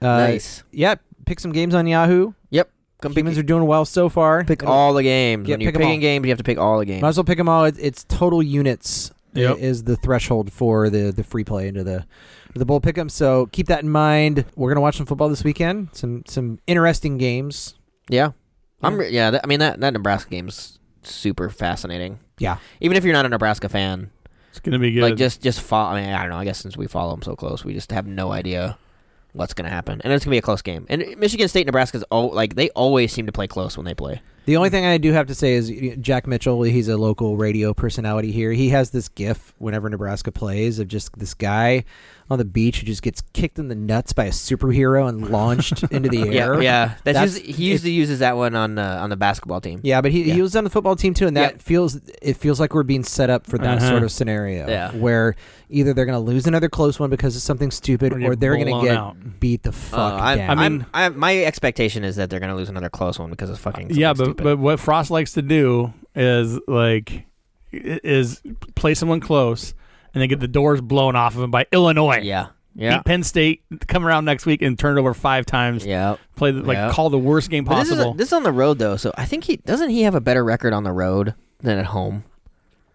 [SPEAKER 4] Uh,
[SPEAKER 2] Nice.
[SPEAKER 4] Yeah, pick some games on Yahoo.
[SPEAKER 2] Yep. Come pick,
[SPEAKER 4] Humans are doing well so far.
[SPEAKER 2] pick
[SPEAKER 4] It'll-
[SPEAKER 2] all the games.
[SPEAKER 4] Yeah,
[SPEAKER 2] when you're
[SPEAKER 4] pick 'em all.
[SPEAKER 2] picking games, you have to pick all the games.
[SPEAKER 4] Might as well pick them all. It's, it's total units i-
[SPEAKER 6] Yep.
[SPEAKER 4] is the threshold for the the free play into the the bowl pick 'em. So keep that in mind. We're gonna watch some football this weekend. Some some interesting games.
[SPEAKER 2] yeah. I'm. Re- yeah. That, I mean that that Nebraska game's super fascinating.
[SPEAKER 4] Yeah.
[SPEAKER 2] Even if you're not a Nebraska fan,
[SPEAKER 6] It's gonna be good.
[SPEAKER 2] like just just follow. I mean, I don't know. I guess since we follow them so close, we just have no idea what's gonna happen, and it's gonna be a close game. And Michigan State, Nebraska's all like they always seem to play close when they play.
[SPEAKER 4] The only thing I do have to say is y- Jack Mitchell. He's a local radio personality here. He has this GIF whenever Nebraska plays of just this guy on the beach who just gets kicked in the nuts by a superhero and launched into the air.
[SPEAKER 2] Yeah, yeah. That's,
[SPEAKER 4] That's-
[SPEAKER 2] usually, he usually uses that one on uh, on the basketball team.
[SPEAKER 4] Yeah, but he,
[SPEAKER 2] Yeah.
[SPEAKER 4] he was on the football team too, and that
[SPEAKER 2] Yep.
[SPEAKER 4] feels it feels like we're being set up for that
[SPEAKER 6] Uh-huh.
[SPEAKER 4] sort of scenario
[SPEAKER 2] Yeah.
[SPEAKER 4] where either they're going to lose another close one because of something stupid,
[SPEAKER 6] Or
[SPEAKER 4] or,
[SPEAKER 6] get
[SPEAKER 4] they're going
[SPEAKER 6] blown
[SPEAKER 4] to get
[SPEAKER 6] out.
[SPEAKER 4] beat the fuck
[SPEAKER 2] Uh, I,
[SPEAKER 4] down.
[SPEAKER 2] I
[SPEAKER 6] I
[SPEAKER 2] mean,
[SPEAKER 6] mean-
[SPEAKER 2] I, my expectation is that they're going to lose another close one because of fucking.
[SPEAKER 6] yeah, but
[SPEAKER 2] something stupid.
[SPEAKER 6] But what Frost likes to do is like i- is play someone close and then get the doors blown off of him by Illinois.
[SPEAKER 2] yeah, yeah,
[SPEAKER 6] Beat Penn State, come around next week and turn it over five times.
[SPEAKER 2] yeah.
[SPEAKER 6] Play the, like
[SPEAKER 2] Yeah.
[SPEAKER 6] call the worst game
[SPEAKER 2] But this is
[SPEAKER 6] possible.
[SPEAKER 2] this is on the road though, so I think he doesn't he have a better record on the road than at home.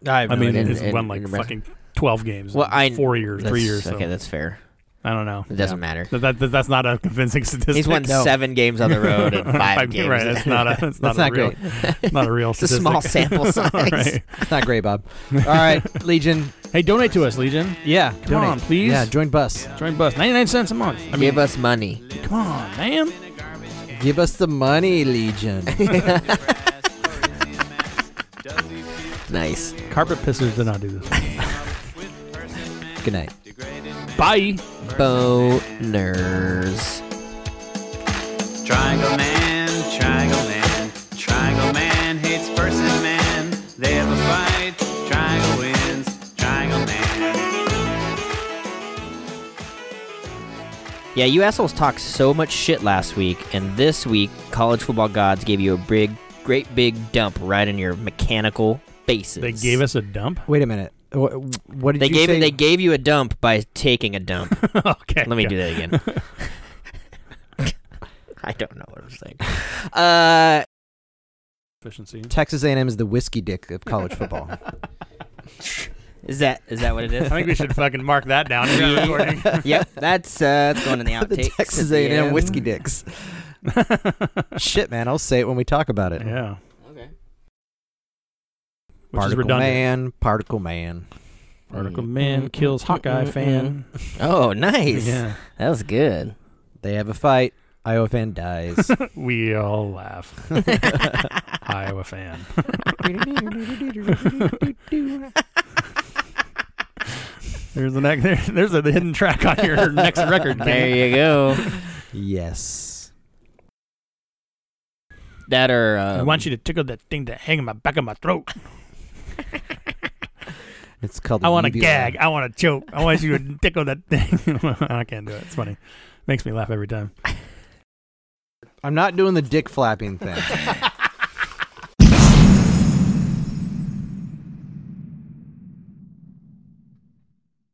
[SPEAKER 4] I,
[SPEAKER 6] I mean,
[SPEAKER 2] in-
[SPEAKER 6] he's
[SPEAKER 2] in-
[SPEAKER 6] won like
[SPEAKER 2] in-
[SPEAKER 6] fucking twelve games.
[SPEAKER 2] Well,
[SPEAKER 6] in
[SPEAKER 2] I
[SPEAKER 6] four years, three
[SPEAKER 2] that's-
[SPEAKER 6] years. so
[SPEAKER 2] Okay, that's fair.
[SPEAKER 6] I don't know.
[SPEAKER 2] It doesn't matter.
[SPEAKER 6] That, that, that's not a convincing statistic.
[SPEAKER 2] He's won seven games on the road and five games.
[SPEAKER 6] Right, that's not a that's not,
[SPEAKER 4] That's not
[SPEAKER 6] a real, Not a real.
[SPEAKER 2] It's a small
[SPEAKER 6] statistic.
[SPEAKER 2] sample size.
[SPEAKER 6] Right.
[SPEAKER 4] It's not great, Bob. All right, Legion.
[SPEAKER 6] Hey, donate to us, Legion.
[SPEAKER 4] Yeah,
[SPEAKER 6] Come on, please.
[SPEAKER 4] Yeah, join Bus.
[SPEAKER 6] Join Bus. Ninety nine cents a month. I mean,
[SPEAKER 2] Give us money.
[SPEAKER 6] come on, man.
[SPEAKER 4] Give us the money, Legion.
[SPEAKER 2] Nice.
[SPEAKER 6] Carpet pissers did not do this.
[SPEAKER 4] Good night.
[SPEAKER 6] Bye.
[SPEAKER 2] Boners.
[SPEAKER 8] Triangle Man, Triangle Man, Triangle Man hates person man. They have a fight, Triangle wins, Triangle Man.
[SPEAKER 2] Yeah, you assholes talked so much shit last week, and this week, college football gods gave you a big, great big dump right in your mechanical faces.
[SPEAKER 6] They gave us a dump.
[SPEAKER 4] Wait a minute. What, what did
[SPEAKER 2] They
[SPEAKER 4] you
[SPEAKER 2] gave
[SPEAKER 4] say?
[SPEAKER 2] they gave you a dump by taking a dump.
[SPEAKER 6] okay.
[SPEAKER 2] Let me do that again. I don't know what I'm saying. Uh,
[SPEAKER 6] Efficiency.
[SPEAKER 4] Texas A&M is the whiskey dick of college football.
[SPEAKER 2] is that is that what it
[SPEAKER 6] I
[SPEAKER 2] is?
[SPEAKER 6] think we should fucking mark that down. in the recording.
[SPEAKER 2] yep, that's uh, that's going in the outtakes.
[SPEAKER 4] the
[SPEAKER 2] at
[SPEAKER 4] Texas
[SPEAKER 2] the
[SPEAKER 4] A&M
[SPEAKER 2] end.
[SPEAKER 4] whiskey dicks. Shit, man, I'll say it when we talk about it.
[SPEAKER 6] yeah.
[SPEAKER 2] Okay.
[SPEAKER 6] Which is
[SPEAKER 4] Particle
[SPEAKER 6] redundant.
[SPEAKER 4] man, particle man.
[SPEAKER 6] Particle Man kills Hawkeye fan.
[SPEAKER 2] Oh, nice.
[SPEAKER 6] Yeah.
[SPEAKER 2] That was good.
[SPEAKER 4] They have a fight. Iowa fan dies.
[SPEAKER 6] We all laugh. Iowa fan. There's the next. There, there's a hidden track on your next record.
[SPEAKER 2] There you go.
[SPEAKER 4] yes.
[SPEAKER 2] That or um,
[SPEAKER 6] I want you to tickle that thing that hang in my back of my throat.
[SPEAKER 4] It's called.
[SPEAKER 6] I want to
[SPEAKER 4] uvula.
[SPEAKER 6] gag. I want to choke. I want you to tickle that thing. I can't do it. It's funny. Makes me laugh every time.
[SPEAKER 4] I'm not doing the dick flapping thing.